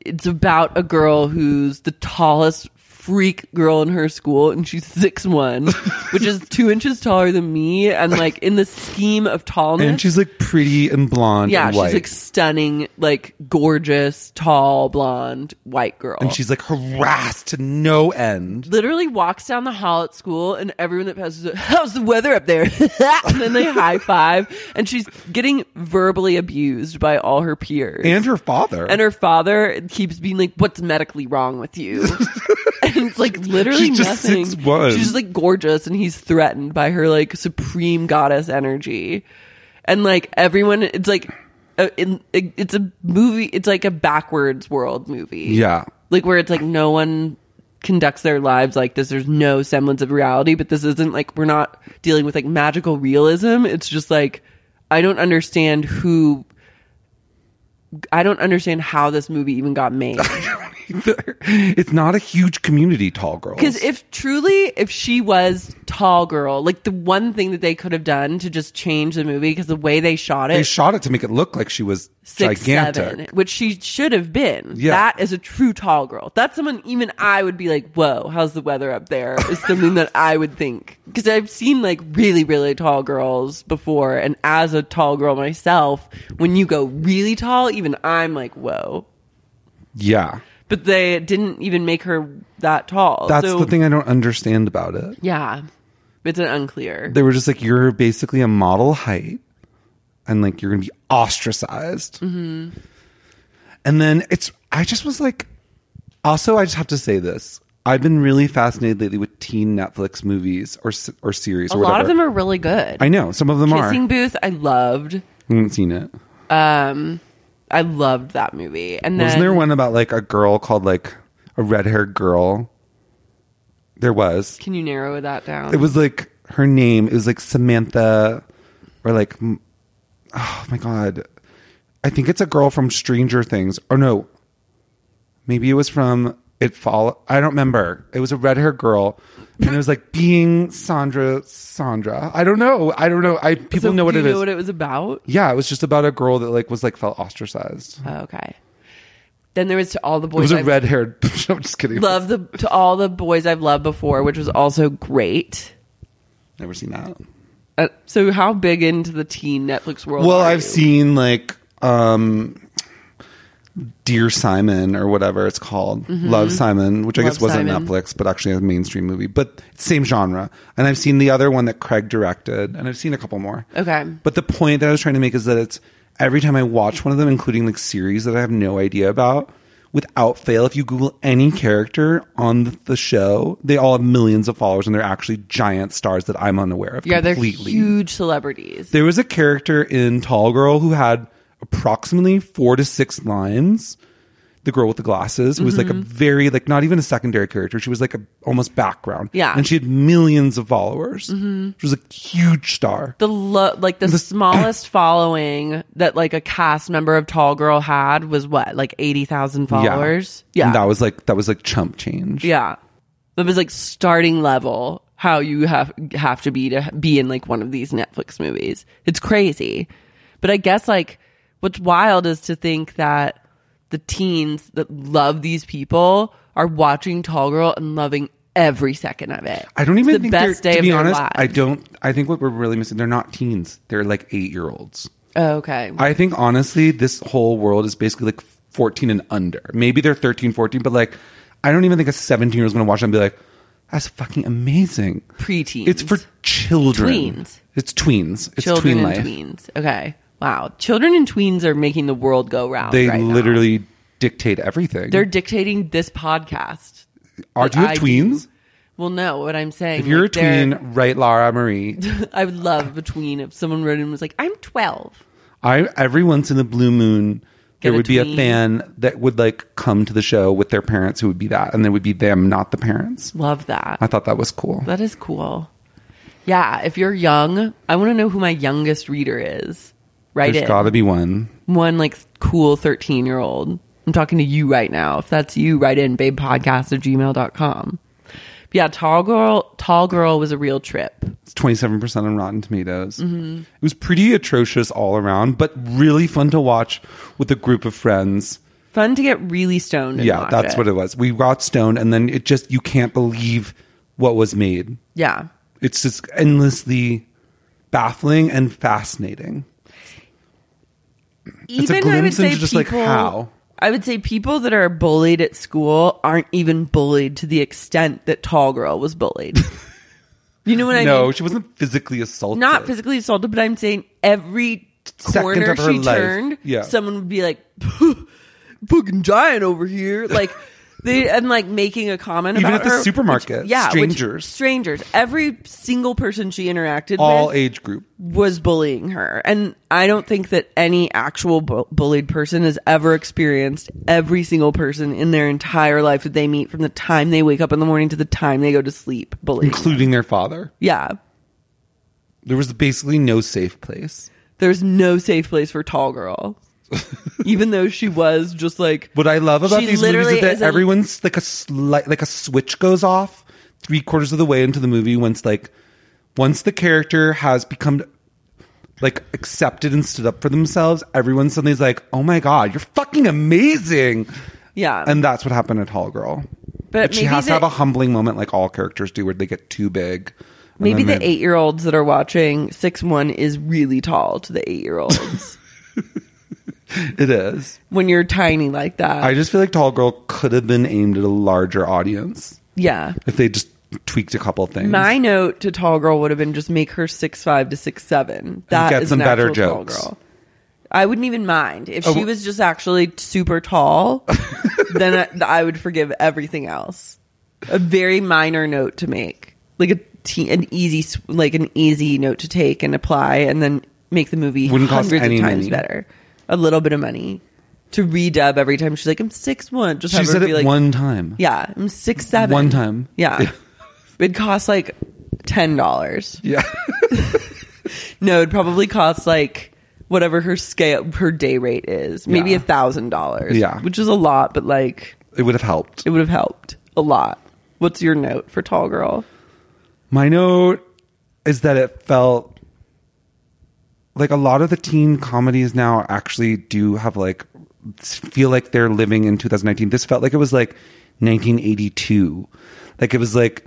it's about a girl who's the tallest freak girl in her school and she's six one which is two inches taller than me and like in the scheme of tallness
And she's like pretty and blonde
yeah,
and white.
she's like stunning, like gorgeous, tall, blonde, white girl.
and she's like harassed to no end.
literally walks down the hall at school, and everyone that passes, [laughs] is like, how's the weather up there? [laughs] and then they high five, and she's getting verbally abused by all her peers.
And her father.
And her father keeps being like, "What's medically wrong with
[laughs]
you?" and it's like literally
she's just
nothing.
6'1".
She's just, like gorgeous, and he's threatened by her like supreme goddess energy, and like everyone, it's like. uh, In, it- it's a movie. It's like a backwards world movie.
Yeah.
like where it's like no one conducts their lives like this. There's no semblance of reality. But this isn't like we're not dealing with like magical realism. It's just like I don't understand who I don't understand how this movie even got made.
[laughs] it's not a huge community, Tall Girl.
Because if truly, if she was tall girl, like the one thing that they could have done to just change the movie, because the way they shot
they
it,
shot it to make it look like she was
six
gigantic.
seven, which she should have been.
Yeah.
That is a true tall girl. That's someone even I would be like, whoa, how's the weather up there? Is something that I would think because I've seen like really really tall girls before, and as a tall girl myself, when you go really tall, even I'm like, whoa.
Yeah.
But they didn't even make her that tall.
That's
So-
the thing I don't understand about it.
Yeah, it's an unclear.
They were just like, you're basically a model height and like you're going to be ostracized. And then it's, I just was like, also, I just have to say this. I've been really fascinated lately with teen Netflix movies or s- or series
A
or whatever.
lot of them are really good.
I know some of them
Kissing
are.
Booth, I loved.
I haven't seen it.
Um, I loved that movie. And then
Wasn't there one about like a girl called like a red haired girl? There was.
Can you narrow that down?
It was like her name. It was like Samantha, or like, m- oh my god, I think it's a girl from Stranger Things. Or no, maybe it was from It Fall. I don't remember. It was a red haired girl, and it was like being Sandra. Sandra. I don't know. I don't know. I people
So
know what
do
it
you
is.
know what it was about?
yeah, it was just about a girl that like was like felt ostracized.
Oh, okay. Then there was to all the
It
boys.
was a
I've
red [laughs] haired. I'm just kidding.
Loved the to all the boys I've loved before, which was also great.
Never seen that.
Uh, so how big into the teen Netflix world?
Well,
are
I've
you?
seen like um Dear Simon or whatever it's called. Love Simon, which I guess
Mm-hmm. Love
wasn't
Simon.
Netflix, but actually a mainstream movie, but same genre. And I've seen the other one that Craig directed, and I've seen a couple more.
Okay.
But the point that I was trying to make is that it's every time I watch one of them, including like series that I have no idea about, without fail, if you Google any character on the- the show, they all have millions of followers and they're actually giant stars that I'm unaware of.
Yeah, they're
completely.
huge celebrities.
There was a character in Tall Girl who had approximately four to six lines. The girl with the glasses who was like a
Mm-hmm.
very like not even a secondary character. She was like a almost background.
Yeah. Mm-hmm.
and she had millions of followers. She was a huge star.
The lo- like the,
[clears throat]
smallest following that like a cast member of Tall Girl had was what like eighty thousand followers. Yeah,
and that was like that was like chump change.
yeah. It was like starting level how you have have to be to be in like one of these Netflix movies. It's crazy, but I guess like what's wild is to think that the teens that love these people are watching Tall Girl and loving every second of it.
I don't even
It's the
think
best day
they're- to
of
be
their
honest. I
lives.
don't. I think what we're really missing. They're not teens. They're like eight year olds.
Oh, okay.
I think honestly, this whole world is basically like 14 and under. Maybe they're 13, 14, but like, I don't even think a 17 year old's going to watch it and be like, that's fucking amazing.
Preteens.
It's for children.
Tweens.
It's tweens. It's
children
tween
and
life.
tweens. Okay. Wow. Children and tweens are making the world go round.
They
right now.
literally dictate everything.
they're dictating this podcast.
Are
that
do you
I
have
do.
tweens?
Well, no, what I'm saying.
If you're a
like, they're-
tween, write
[laughs]
Lara Marie.
I would love a tween if someone wrote in and was like, I'm 12.
I every once in a blue moon
Get
there
a
would be
tween.
a fan that would like come to the show with their parents who would be that and they would be them, not the parents.
Love that.
I thought that was cool.
That is cool. Yeah. If you're young, I want to know who my youngest reader is. Right.
There's got to be one.
one like cool 13 year old i'm talking to you right now if that's you write in babepodcast at gmail.com yeah tall girl tall girl was a real trip
It's 27% on Rotten Tomatoes.
Mm-hmm.
It was pretty atrocious all around, but really fun to watch with a group of friends.
fun to get really stoned and
yeah,
watch
that's what it was. We got stoned, and then it just, you can't believe what was made.
yeah
It's just endlessly baffling and fascinating.
even
a
i would
glimpse
say
into just, like,
people,
how.
i would say people that are bullied at school aren't even bullied to the extent that tall girl was
[laughs]
bullied you know what i
no,
mean
she wasn't physically assaulted.
not physically assaulted, but I'm saying every
Second
corner
of her
she
life.
turned,
Yeah.
someone would be like, [laughs] "Fucking giant over here!" [laughs] Like they and like making a comment
Even
about
at the
her,
supermarket,
which- yeah, which-
strangers.
strangers. Every single person she interacted
All
with
age group.
was bullying her, and I don't think that any actual bu- bullied person has ever experienced every single person in their entire life that they meet from the time they wake up in the morning to the time they go to sleep bullying.
Including their father.
Yeah.
There was basically no safe place.
there's no safe place for tall
[laughs]
girl. Even though she was just like
What I love about
She
these movies
literally
is that
is a-
everyone's like a slight, like a switch goes off three quarters of the way into the movie once like once the character has become like accepted and stood up for themselves. Everyone suddenly is like, "Oh my god, you're fucking amazing!"
yeah,
And that's what happened at Tall Girl.
But
she
maybe
has
the-
to have a humbling moment, like all characters do, where they get too big. and
maybe
then
the eight year olds that are watching six one is really tall to the eight year
[laughs]
olds
they- It is.
when you're tiny like that.
I just feel like Tall Girl could have been aimed at a larger audience
yeah,
if they just tweaked a couple things.
my note to tall girl would have been just make her six five to six seven. That is
get some
an
better
actual tall
jokes. Oh,
girl. I wouldn't even mind if she
w-
was just actually super
[laughs]
tall. then I, I would forgive everything else. A very minor note to make, like a te- an easy s- like an easy note to take and apply, and then make the movie
Wouldn't cost
hundreds
any
of times
money.
better. A little bit of money to redub every time she's like, "I'm six one." Just
she
have her
said
be
it
like,
one time.
Yeah, I'm six seven.
One time.
Yeah, it costs like ten dollars.
Yeah. [laughs]
No, it probably costs like whatever her scale her day rate is. Maybe
Yeah.
a thousand dollars.
Yeah.
Which is a lot, but like
it would have helped.
it would have helped a lot. What's your note for tall girl?
My note is that it felt like a lot of the teen comedies now actually do have like feel like they're living in 2019. This felt like it was like 1982. Like it was like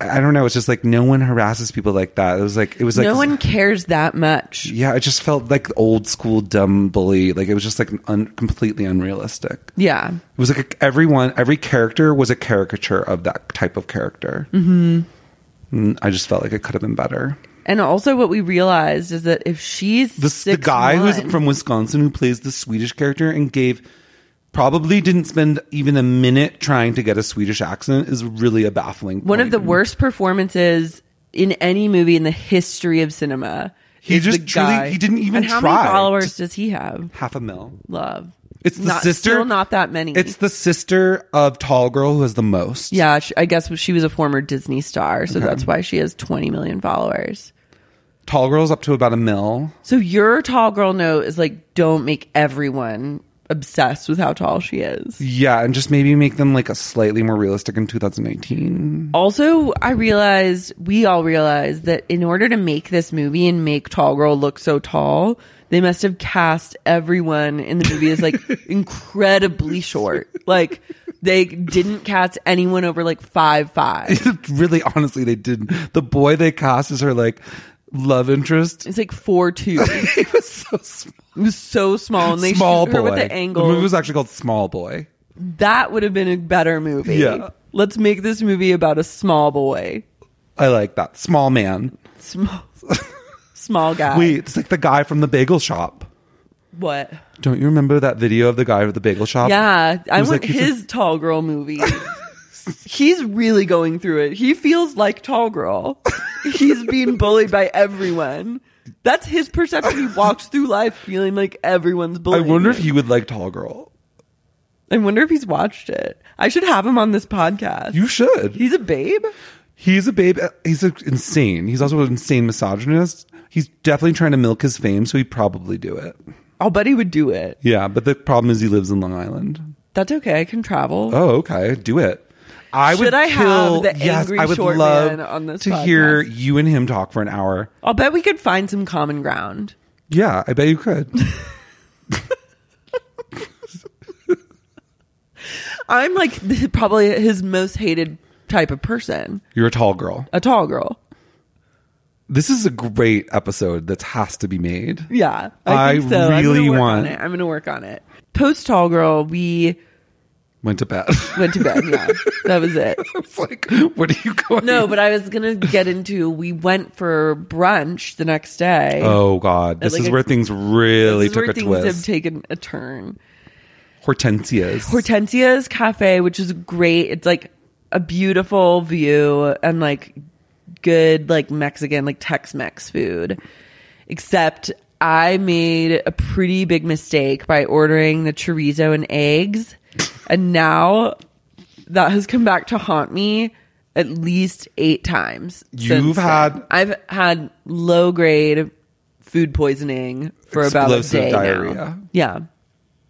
I don't know, it's just like no one harasses people like that. It was like it was like
no one cares that much.
yeah, it just felt like old school dumb bully. Like it was just like un- completely unrealistic.
Yeah.
It was like a, everyone, every character was a caricature of that type of character. Mm-hmm. And I just felt like it could have been better.
And also what we realized is that if she's
The, the
six
guy
one,
who's from Wisconsin who plays the Swedish character and gave probably didn't spend even a minute trying to get a Swedish accent is really a baffling.
One of
point.
the worst performances in any movie in the history of cinema.
He
is
just
the
truly-
guy.
he didn't even
And how
try.
many followers does he have?
half a mil.
Love.
It's the
not,
sister.
Still not that many.
It's the sister of Tall Girl who has the most.
yeah. She, I guess she was a former Disney star, so that's why she has 20 million followers.
Tall Girl's up to about a mil.
So your tall girl note is like, don't make everyone obsessed with how tall she is.
Yeah, and just maybe make them like a slightly more realistic in 2018.
Also, I realized we all realized that in order to make this movie and make Tall Girl look so tall, they must have cast everyone in the movie as
[laughs]
like incredibly short. Like they didn't cast anyone over like five five.
[laughs] really, honestly, they did. The boy they cast is her like love interest. [laughs]
It's like four two. It
He was so small.
was so small, and they
small
shoot her
boy.
with the angle.
movie was actually called Small Boy.
that would have been a better movie.
Yeah.
Let's make this movie about a small boy,
I like that small man.
small, [laughs] small guy.
Wait, it's like the guy from the bagel shop.
what?
Don't you remember that video of the guy with the bagel shop?
Yeah, I
was
want
like- he's
his tall girl
[laughs]
movie. He's really going through it. He feels like tall girl. He's being bullied by everyone. That's his perception. He walks through life feeling like everyone's
I
bullying.
wonder if
him.
he would like Tall Girl.
I wonder if he's watched it. I should have him on this podcast.
You should.
He's a babe.
He's a babe. uh, He's a, insane. He's also an insane misogynist. He's definitely trying to milk his fame, so he'd probably do it.
I'll bet he would do it.
Yeah, but the problem is he lives in Long Island.
That's okay. I can travel.
Oh, okay. Do it. I
Should
would
I have
kill-
the
yes,
angry
I would
short
love
man on this
to hear
podcast?
you and him talk for an hour.
I'll bet we could find some common ground.
Yeah, I bet
[laughs]
you could.
I'm like [laughs] probably his most hated type of person,
You're a tall girl.
a tall girl.
This is a great episode that has to be made.
Yeah,
I
think so. I'm
really
gonna work
want-
On it. I'm going to work on it. Post Tall Girl, we
Went to bed. [laughs]
went to bed. Yeah, that was it.
I was like, what are you going?
No, but I was going to get into. We went for brunch the next day.
Oh God, this
Like
is
a-
where things
This
really
is
took
where
a
things have
twist.
taken a turn.
Hortensias.
Hortensia's Cafe, which is great. It's like a beautiful view and like good like Mexican like Tex-Mex food. Except I made a pretty big mistake by ordering the chorizo and eggs, and now that has come back to haunt me at least eight times.
You've
since then.
had-
I've had low grade food poisoning for about a
Explosive
day now.
diarrhea.
Yeah,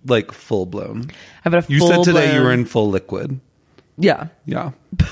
like full blown.
I've had a.
You said today you
full-blown-
were in full liquid.
Yeah.
Yeah. [laughs]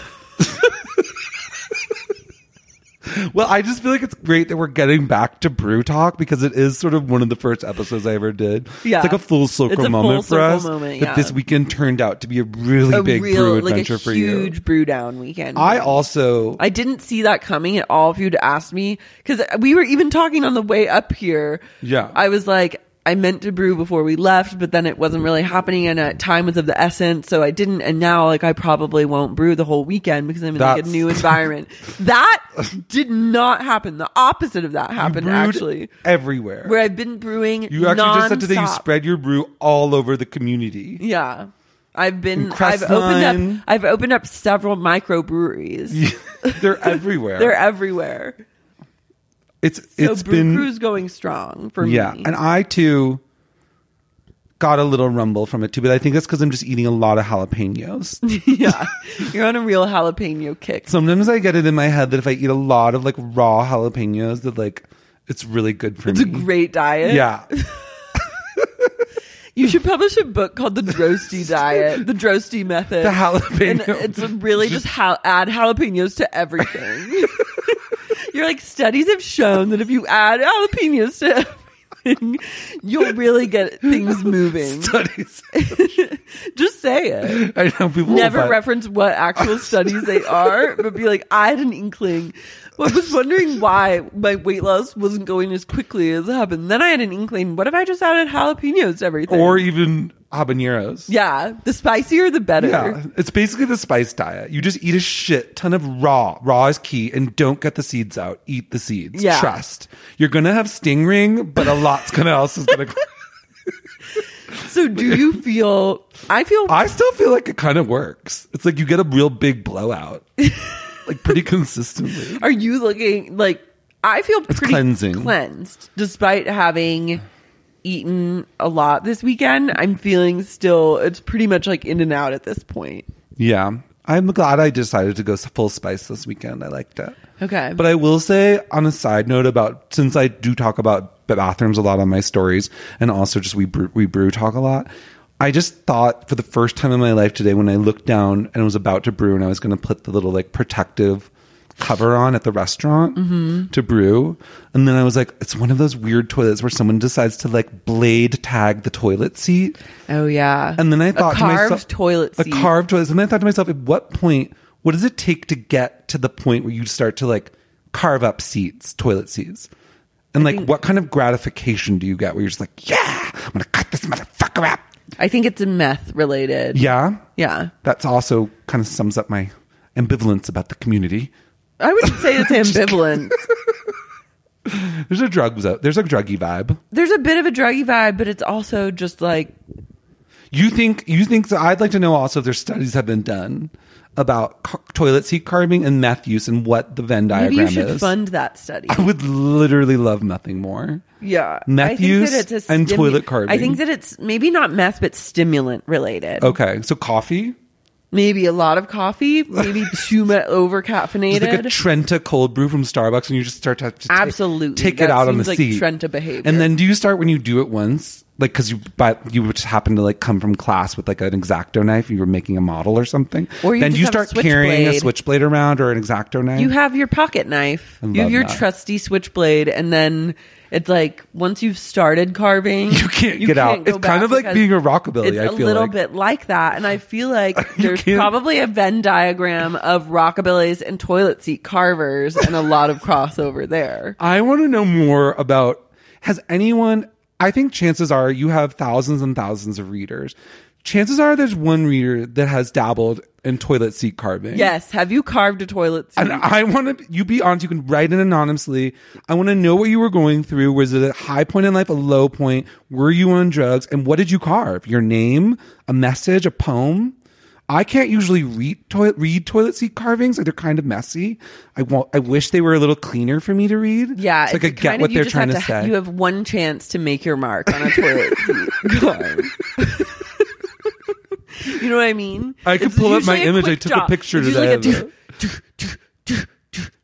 well, I just feel like it's great that we're getting back to brew talk because it is sort of one of the first episodes I ever did.
Yeah.
It's like a full circle
It's a full
moment for
circle
us.
moment,
That
yeah.
this weekend turned out to be a really
a
big
real,
brew
like
adventure
a
for
huge
you.
brew down weekend.
I also
I didn't see that coming at all. If you'd asked me, because we were even talking on the way up here.
Yeah.
I was like, I meant to brew before we left, but then it wasn't really happening, and uh, time was of the essence, so I didn't. And now, like, I probably won't brew the whole weekend because I'm in like a
That's- [laughs]
new environment. that did not happen. The opposite of that
you
happened
brewed
actually.
everywhere.
Where I've been brewing,
you actually just said today you
nonstop.
spread your brew all over the community. [laughs]
Yeah. I've been
And
I've opened
Crestline.
up I've opened up several microbreweries. [laughs]
They're everywhere.
They're everywhere.
it's
So
it's
Brew
been
Crew's going strong for
yeah,
me. [laughs]
and I too got a little rumble from it too, but I think that's because I'm just eating a lot of
[laughs]
jalapenos.
yeah. You're on a real jalapeno kick.
Sometimes I get it in my head that if I eat a lot of like raw jalapenos, that like it's really good for
It's a
me.
great diet.
yeah,
You should publish a book called The
[laughs]
Drosty Diet, The Drosty Method.
The jalapeno-
[laughs] And it's really just how add jalapenos to everything. [laughs] You're like, studies have shown that if you add jalapenos to everything, you'll really get
[laughs]
things moving. [laughs]
[laughs] studies.
Just say it.
I know people will
never
buy-
reference what actual studies they
[laughs]
are, but be like, I had an inkling. Well, I was wondering why my weight loss wasn't going as quickly as it happened. Then I had an inkling. What if I just added jalapenos to everything?
or even habaneros.
yeah, the spicier the better.
Yeah, it's basically the spice diet. You just eat a shit ton of raw. Raw is key, and don't get the seeds out. Eat the seeds.
Yeah. [laughs]
Trust. You're gonna have stingring, but a lot's gonna else is gonna.
So do you feel? I feel.
[laughs] I still feel like it kind of works. It's like you get a real big blowout, like pretty consistently.
are you looking like? I feel pretty
cleansing.
cleansed, despite having eaten a lot this weekend. I'm feeling still. It's pretty much like in and out at this point.
Yeah. I'm glad I decided to go full spice this weekend. I liked it.
Okay.
But I will say, on a side note, about since I do talk about bathrooms a lot on my stories, and also just we brew, we brew talk a lot. I just thought for the first time in my life today, when I looked down and was about to brew, and I was going to put the little like protective cover on at the restaurant to brew, and then I was like, it's one of those weird toilets where someone decides to like blade tag the toilet seat.
Oh yeah.
And then I thought
a carved
to myself,
toilet seat.
a carved toilet. And then I thought to myself, at what point? What does it take to get to the point where you start to like carve up seats, toilet seats, and like what kind of gratification do you get where you're just like, yeah, I'm gonna cut this motherfucker up.
I think it's meth related.
Yeah,
Yeah.
That's also kind of sums up my ambivalence about the community.
I wouldn't say
[laughs]
it's ambivalent.
There's a drugs out. There's a druggy vibe.
There's a bit of a druggy vibe, but it's also just like
You think you think so? I'd like to know also if there's studies have been done about ca- toilet seat carving and meth use and what the Venn diagram
maybe you should
is.
fund that study.
I would literally love nothing more.
Yeah.
Meth
I think
use
that it's a
and
stimu-
toilet carving. Oh.
I think that it's maybe not meth, but stimulant related.
Okay, so coffee,
Maybe a lot of coffee,
[laughs]
maybe too much over
just like a
caffeinated.
Trenta cold brew from Starbucks, and you just start to, have to take-
Absolutely.
take, it
That
out on the
seems like
seat.
Trenta behavior.
And then do you start when you do it once, like because you but you just happen to like come from class with like an exacto knife, you were making a model or something,
Or you
then
just
you
have a
start carrying a
switchblade.
switchblade around or an exacto knife.
you have your pocket knife, you
love
have your
that.
trusty switchblade, and then it's like once you've started carving,
[laughs] You can't get out.
go
It's kind
back
of like
because
being a rockabilly,
It's
I
a
feel
little
like.
bit like that, and I
[laughs]
feel like there's
can't-
probably a Venn diagram of rockabillys and toilet seat carvers, and a lot of crossover
[laughs]
there.
I want to know more about has anyone I think chances are you have thousands and thousands of readers. Chances are there's one reader that has dabbled in toilet seat carving.
Yes, have you carved a toilet seat?
And I want to, you be honest, you can write in anonymously. I want to know what you were going through. Was it a high point in life, a low point? Were you on drugs? And what did you carve? Your name, a message, a poem? I can't usually read toilet, read toilet seat carvings. Like they're kind of messy. I want, I wish they were a little cleaner for me to read.
yeah,
So I could get
kind
what
of, you
they're
just
trying to,
have
say.
You have one chance to make your mark on a
[laughs]
toilet seat carve. [laughs] you know what I mean?
I could
It's
pull up my
usually
image. I
quick
took a
job.
picture
It's
today
usually
of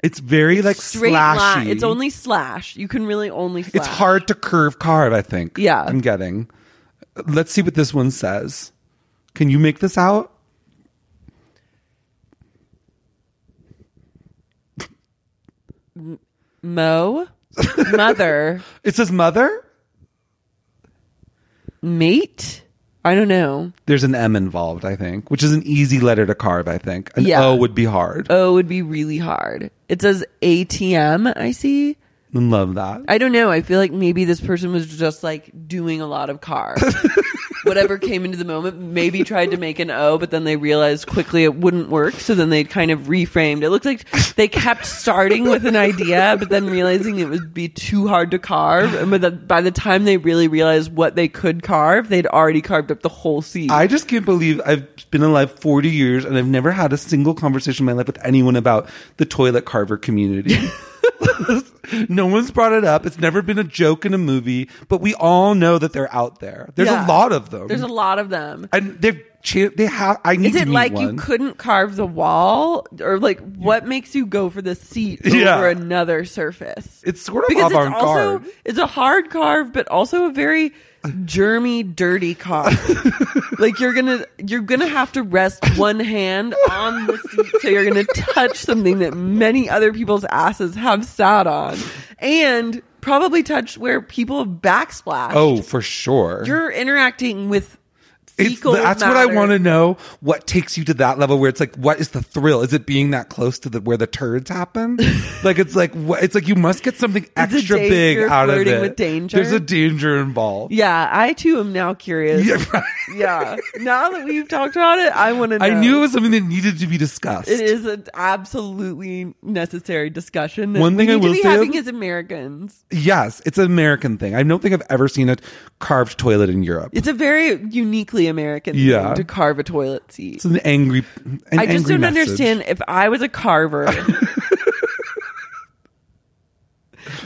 it's very like
straight
slashy.
line. It's only slash. You can really only. Slash.
It's hard to curve carve, I think.
Yeah.
I'm getting. Let's see what this one says. Can you make this out? [laughs]
Mo, mother,
It says mother.
mate. I don't know.
There's an M involved, I think, which is an easy letter to carve, I think. An
Yeah.
O would be hard.
O would be really hard. It says ATM. I see.
I Love that.
I don't know. I feel like maybe this person was just like doing a lot of
[laughs]
car. Whatever came into the moment, maybe tried to make an O, but then they realized quickly it wouldn't work. So then they kind of reframed. It looked like they kept starting with an idea, but then realizing it would be too hard to carve. And by the, by the time they really realized what they could carve, they'd already carved up the whole seat.
I just can't believe I've been alive 40 years and I've never had a single conversation in my life with anyone about the toilet carver
[laughs]
community. [laughs] no one's brought it up. It's never been a joke in a movie, but we all know that they're out there. There's
Yeah.
a lot of them.
There's a lot of them.
and they've cha- they have. I need
Is
to
it
meet
like
one.
you couldn't carve the wall, or like what makes you go for the seat over
[laughs] Yeah.
another surface?
It's sort of
because it's
avant-garde.
also it's a hard carve, but also a very germy, dirty
[laughs]
carve. like you're gonna you're gonna have to rest one hand on the seat, so you're gonna touch something that many other people's asses have sat on, and probably touched where people have backsplashed.
Oh, for sure.
you're interacting with.
It's-
fecal
that's what I
matter.
want to know. What takes you to that level where it's like, what is the thrill? Is it being that close to the where the turds
[laughs]
happen? like it's like what, it's like you must get something
Is it
extra
dan-
big
you're
out of
flirting
it.
with danger?
There's a danger involved.
Yeah, I too am now curious.
[laughs] Yeah, right.
yeah. Now that we've talked about it, I want to know.
I knew it was something that needed to be discussed.
It is an absolutely necessary discussion. that
One thing
we
I
need
will
to be
say-
having as Americans.
Yes, it's an American thing. I don't think I've ever seen a carved toilet in Europe.
It's a very uniquely American
Yeah.
thing to carve a toilet seat.
It's an angry. An
I just
angry
don't
message.
understand if I was a
[laughs]
carver.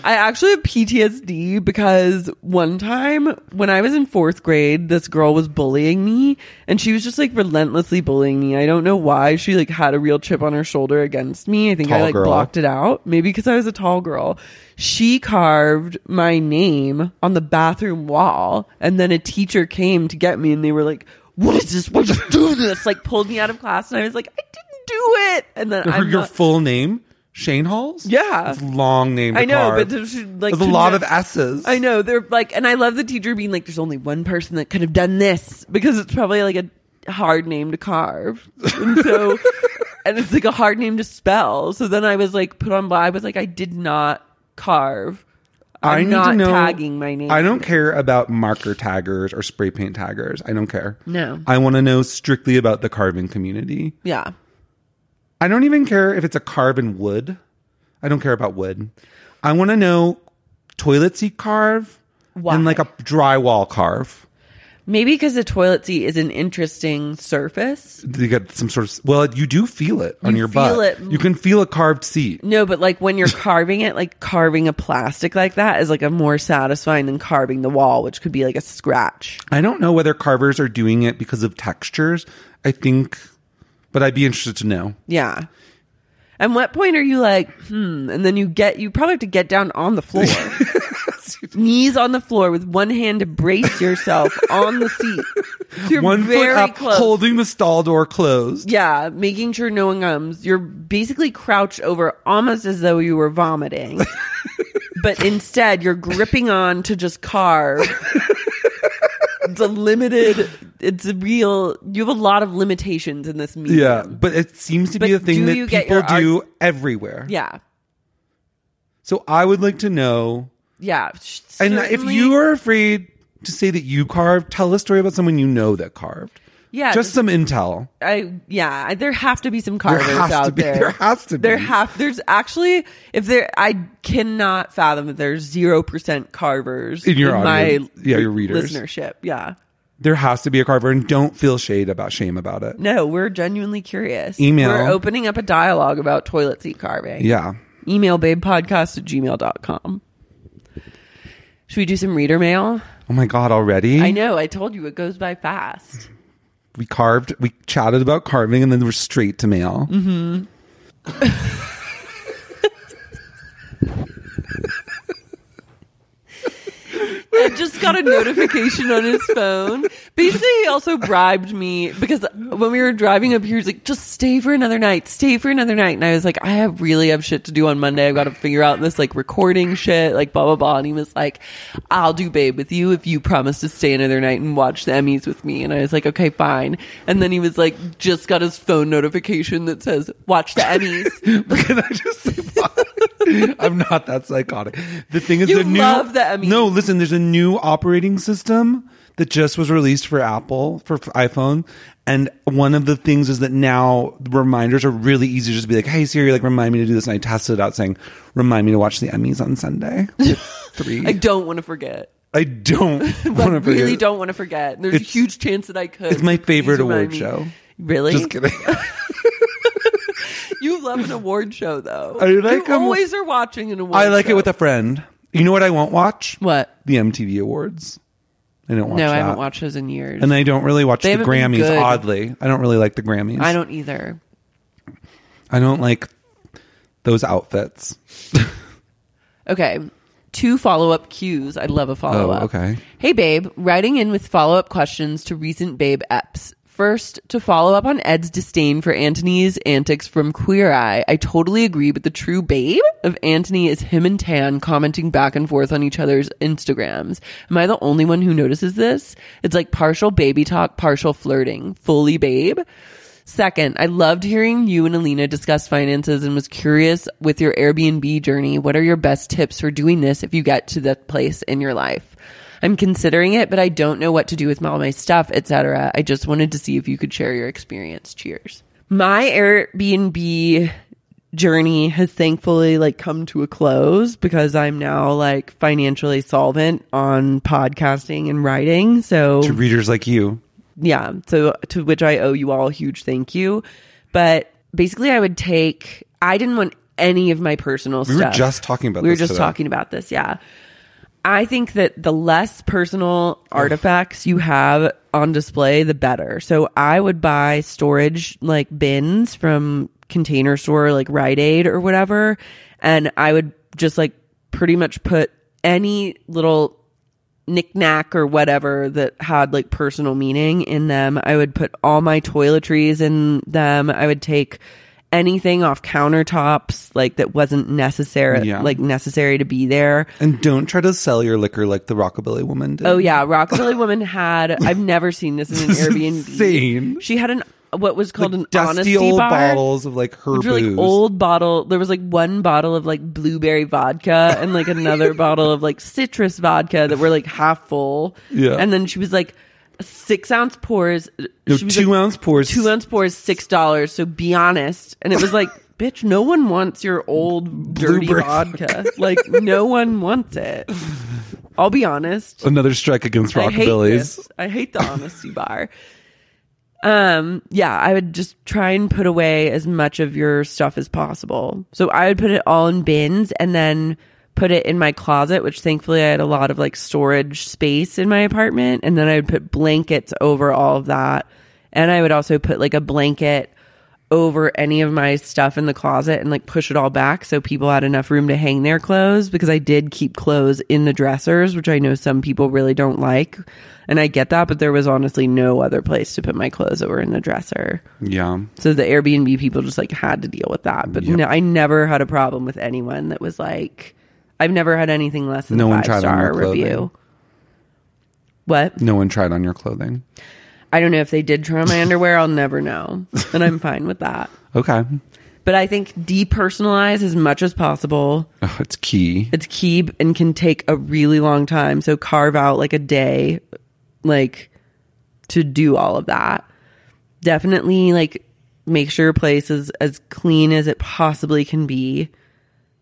I actually have PTSD because one time when I was in fourth grade, this girl was bullying me and she was just like relentlessly bullying me. I don't know why she like had a real chip on her shoulder against me. I think I
Tall
like
girl.
blocked it out. Maybe because I was a tall girl. She carved my name on the bathroom wall and then a teacher came to get me and they were like, what is this? Why'd you do this? Like pulled me out of class and I was like, I didn't do it. And then
Her,
I'm
your
not-
full name, Shane Halls.
Yeah.
it's a long name. To
I know,
carve.
but there's like
There's a
to
lot
know-
of S's.
I know they're like, and I love the teacher being like, "There's only one person that could have done this because it's probably like a hard name to carve, and
[laughs]
so, and it's like a hard name to spell." So then I was like, put on. bla- I was like, I did not carve. I'm
I need
not
to know,
tagging my name.
I don't care about marker taggers or spray paint taggers. I don't care.
No.
I want to know strictly about the carving community.
Yeah.
I don't even care if it's a carve in wood. I don't care about wood. I want to know toilet seat carve
Why?
and like a drywall carve.
Maybe because the toilet seat is an interesting surface.
You get some sort of well, you do feel it on
You
your
feel
butt.
it.
You can feel a carved seat.
No, but like when
[laughs]
you're carving it, like carving a plastic like that is like a more satisfying than carving the wall, which could be like a scratch.
I don't know whether carvers are doing it because of textures. I think, but I'd be interested to know.
Yeah. And what point are you like, hmm? And then you get, you probably have to get down on the
[laughs]
floor, knees on the floor with one hand to brace
[laughs]
yourself on the seat. So you're
One
very
foot up,
close.
holding the stall door closed.
yeah, making sure no one comes. You're basically crouched over almost as though you were
[laughs]
vomiting. but instead, you're gripping on to just carve. it's a limited, it's a real, you have a lot of limitations in this medium.
Yeah, but it seems to be
But
a thing
do you
that
get
people
your art-
do everywhere.
Yeah.
So I would like to know
Yeah.
And if
certainly-
you are afraid to say that you carved, tell a story about someone you know that carved.
Yeah, just-
just some intel.
I yeah, I, there have to be some carvers
has to
out
be-
there.
there has to
There
be.
have there's actually if there I cannot fathom that there's zero percent carvers
In your
my
audience. Yeah, your readers.
listenership. Yeah,
There has to be a carver, and don't feel shade about shame about it.
no, we're genuinely curious.
Email.
We're opening up a dialogue about toilet seat carving.
Yeah,
Email babepodcast at gmail.com. Should we do some reader mail?
Oh my god! Already,
I know. I told you it goes by fast.
we carved. We chatted about carving, and then we're straight to mail.
I just got a notification on his phone. Basically, he also bribed me because when we were driving up here, he was like, just stay for another night, stay for another night. And I was like, I have really have shit to do on Monday. I've got to figure out this like recording shit, like blah, blah, blah. And he was like, I'll do babe with you if you promise to stay another night and watch the Emmys with me. And I was like, okay, fine. And then he was like, just got his phone notification that says, watch the Emmys.
Can I just say why? I'm not that psychotic. The thing is,
You
the new,
love the Emmys.
No, listen. There's a new operating system that just was released for Apple for iPhone, and one of the things is that now reminders are really easy. to Just be like, "Hey Siri, like remind me to do this," and I tested it out saying, "Remind me to watch the Emmys on Sunday."
[laughs]
at Three.
I
I,
don't want to forget.
don't
I
[laughs] want to
really don't want to forget. There's a
It's-
huge chance that I could.
it's my favorite
Please remind
award
me.
show.
Really?
Just kidding.
You love an award show, though.
I like
you
'em-
always are watching an award.
I like
show.
it with a friend. You know what I won't watch?
what?
The MTV Awards. I don't watch
no,
that.
I haven't watched those in years.
And I don't really watch
They
the
haven't been
Grammys.
good.
Oddly, I don't really like the Grammys.
I don't either.
I don't like those outfits.
Okay. Two follow up cues. I love a follow up.
Oh, okay.
Hey, babe. Writing in with follow up questions to recent babe eps. First, to follow up on Ed's disdain for Antony's antics from Queer Eye, I totally agree, but the true babe of Antony is him and Tan commenting back and forth on each other's Instagrams. Am I the only one who notices this? It's like partial baby talk, partial flirting, fully babe. Second, I loved hearing you and Alina discuss finances and was curious with your Airbnb journey. What are your best tips for doing this if you get to that place in your life? I'm considering it, but I don't know what to do with all my stuff, etc. I just wanted to see if you could share your experience. Cheers. My Airbnb journey has thankfully like come to a close because I'm now like financially solvent on podcasting and writing. So
to readers like you.
yeah so to which i owe you all a huge thank you but basically i would take i didn't want any of my personal
We were
stuff
just talking about
we were
this
just
today.
talking about this yeah i think that the less personal artifacts you have on display the better so i would buy storage like bins from container store like rite aid or whatever and i would just like pretty much put any little knickknack or whatever that had like personal meaning in them. I would put all my toiletries in them. I would take anything off countertops like that wasn't necessary
Yeah.
like necessary to be there.
And don't try to sell your liquor like the Rockabilly woman did.
Oh [laughs] yeah, Rockabilly Woman had I've never seen this
[laughs]
in an Airbnb.
insane.
She had an what was called
Like
an
dusty
honesty
old
bar.
bottles of like her
Which were,
booze.
like old bottle. There was like one bottle of like blueberry vodka and like
[laughs]
another bottle of like citrus vodka that were like half full.
Yeah.
And then she was like six ounce pours.
No,
she was,
two
like,
ounce pours.
Two ounce pours, six dollars. So be honest. And it was like, [laughs] bitch, no one wants your old dirty
Blueberry
vodka. like no one wants it. I'll be honest.
Another strike against
I hate
Rockabillys.
this. I hate the honesty bar. Um, yeah, I would just try and put away as much of your stuff as possible. So I would put it all in bins and then put it in my closet, which thankfully I had a lot of like storage space in my apartment. And then I would put blankets over all of that. And I would also put like a blanket over any of my stuff in the closet and like push it all back so people had enough room to hang their clothes because I did keep clothes in the dressers, which I know some people really don't like. And I get that, but there was honestly no other place to put my clothes that were in the dresser.
Yeah.
So the Airbnb people just like had to deal with that. But no, I never had a problem with anyone that was like, I've never had anything less than
No
a
one
five
tried on your
star
clothing.
review. What?
No one tried on your clothing.
I don't know if they did try on my underwear. I'll never know. And I'm fine with that.
Okay.
But I think depersonalize as much as possible.
Oh, it's key.
It's key and can take a really long time. So carve out like a day, like to do all of that. Definitely like make sure your place is as clean as it possibly can be.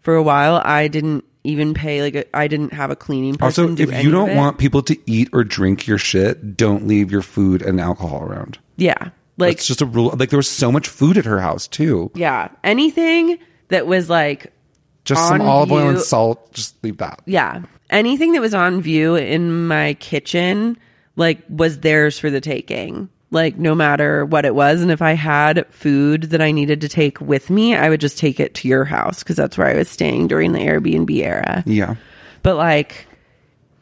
For a while, I didn't even pay like a, I didn't have a cleaning person.
Also,
do
if
any
you
of
don't
it.
want people to eat or drink your shit, don't leave your food and alcohol around.
yeah, like
it's just a rule. Like there was so much food at her house too.
yeah, anything that was like
Just some
On
olive oil and
you-
salt. Just leave that.
yeah anything that was on view in my kitchen like was theirs for the taking like no matter what it was and if i had food that i needed to take with me i would just take it to your house because that's where i was staying during the airbnb era
Yeah.
but like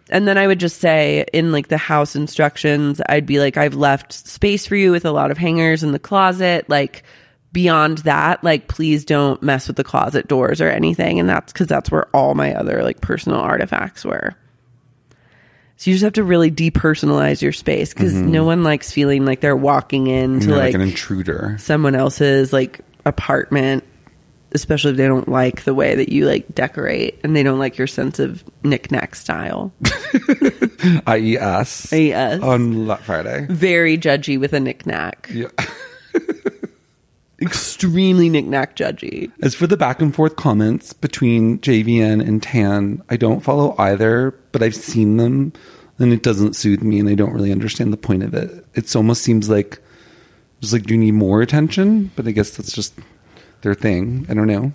and then i would just say in like the house instructions i'd be like i've left space for you with a lot of hangers in the closet like beyond that like please don't mess with the closet doors or anything and that's because that's where all my other like personal artifacts were so you just have to really depersonalize your space because no one likes feeling like they're walking into
You're
like,
like, an intruder.
someone else's like apartment especially if they don't like the way that you like decorate and they don't like your sense of knickknack [laughs] style
I.e. us.
Yes.
E On La- Friday.
very judgy with a knickknack
Yeah.
extremely knickknack judgy
As for the back and forth comments between JVN and Tan, I don't follow either, but I've seen them and it doesn't soothe me and I don't really understand the point of it. It almost seems like it's like you need more attention, but I guess that's just their thing. I don't know.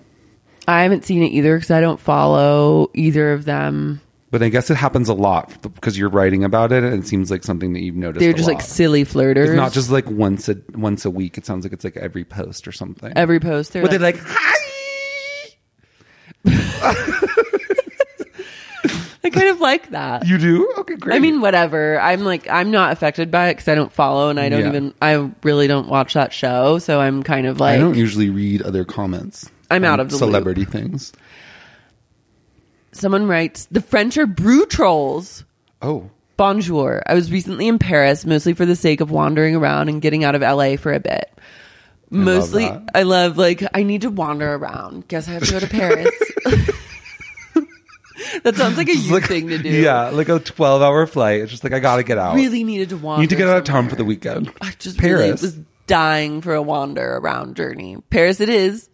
i haven't seen it either because i don't follow either of them
But I guess it happens a lot because you're writing about it and it seems like something that you've noticed.
they're
a
just like
lot.
silly flirters
It's not just like once a once a week. It sounds like it's like every post or something.
every post they're
Where they're
like,
like, hi.
i kind of like
[laughs]
that
You do? Okay, great.
I mean, whatever. I'm like, I'm not affected by it because I don't follow and I don't
Yeah.
even, I really don't watch that show. So I'm kind of
I
like,
don't usually read other comments.
I'm
on
out of the
celebrity things.
Someone writes, the French are brew trolls.
Oh,
Bonjour. I was recently in Paris, mostly for the sake of wandering around and getting out of LA for a bit. Mostly,
that.
I
[laughs]
love, like, I need to wander around. Guess I have to go to Paris. That sounds like a you thing to do.
Yeah, like a 12 hour flight. It's just like, I got to get out.
Really needed to wander.
Need to get out of town
somewhere.
for the weekend.
I just really
Paris.
was dying for a wander around journey. Paris it is.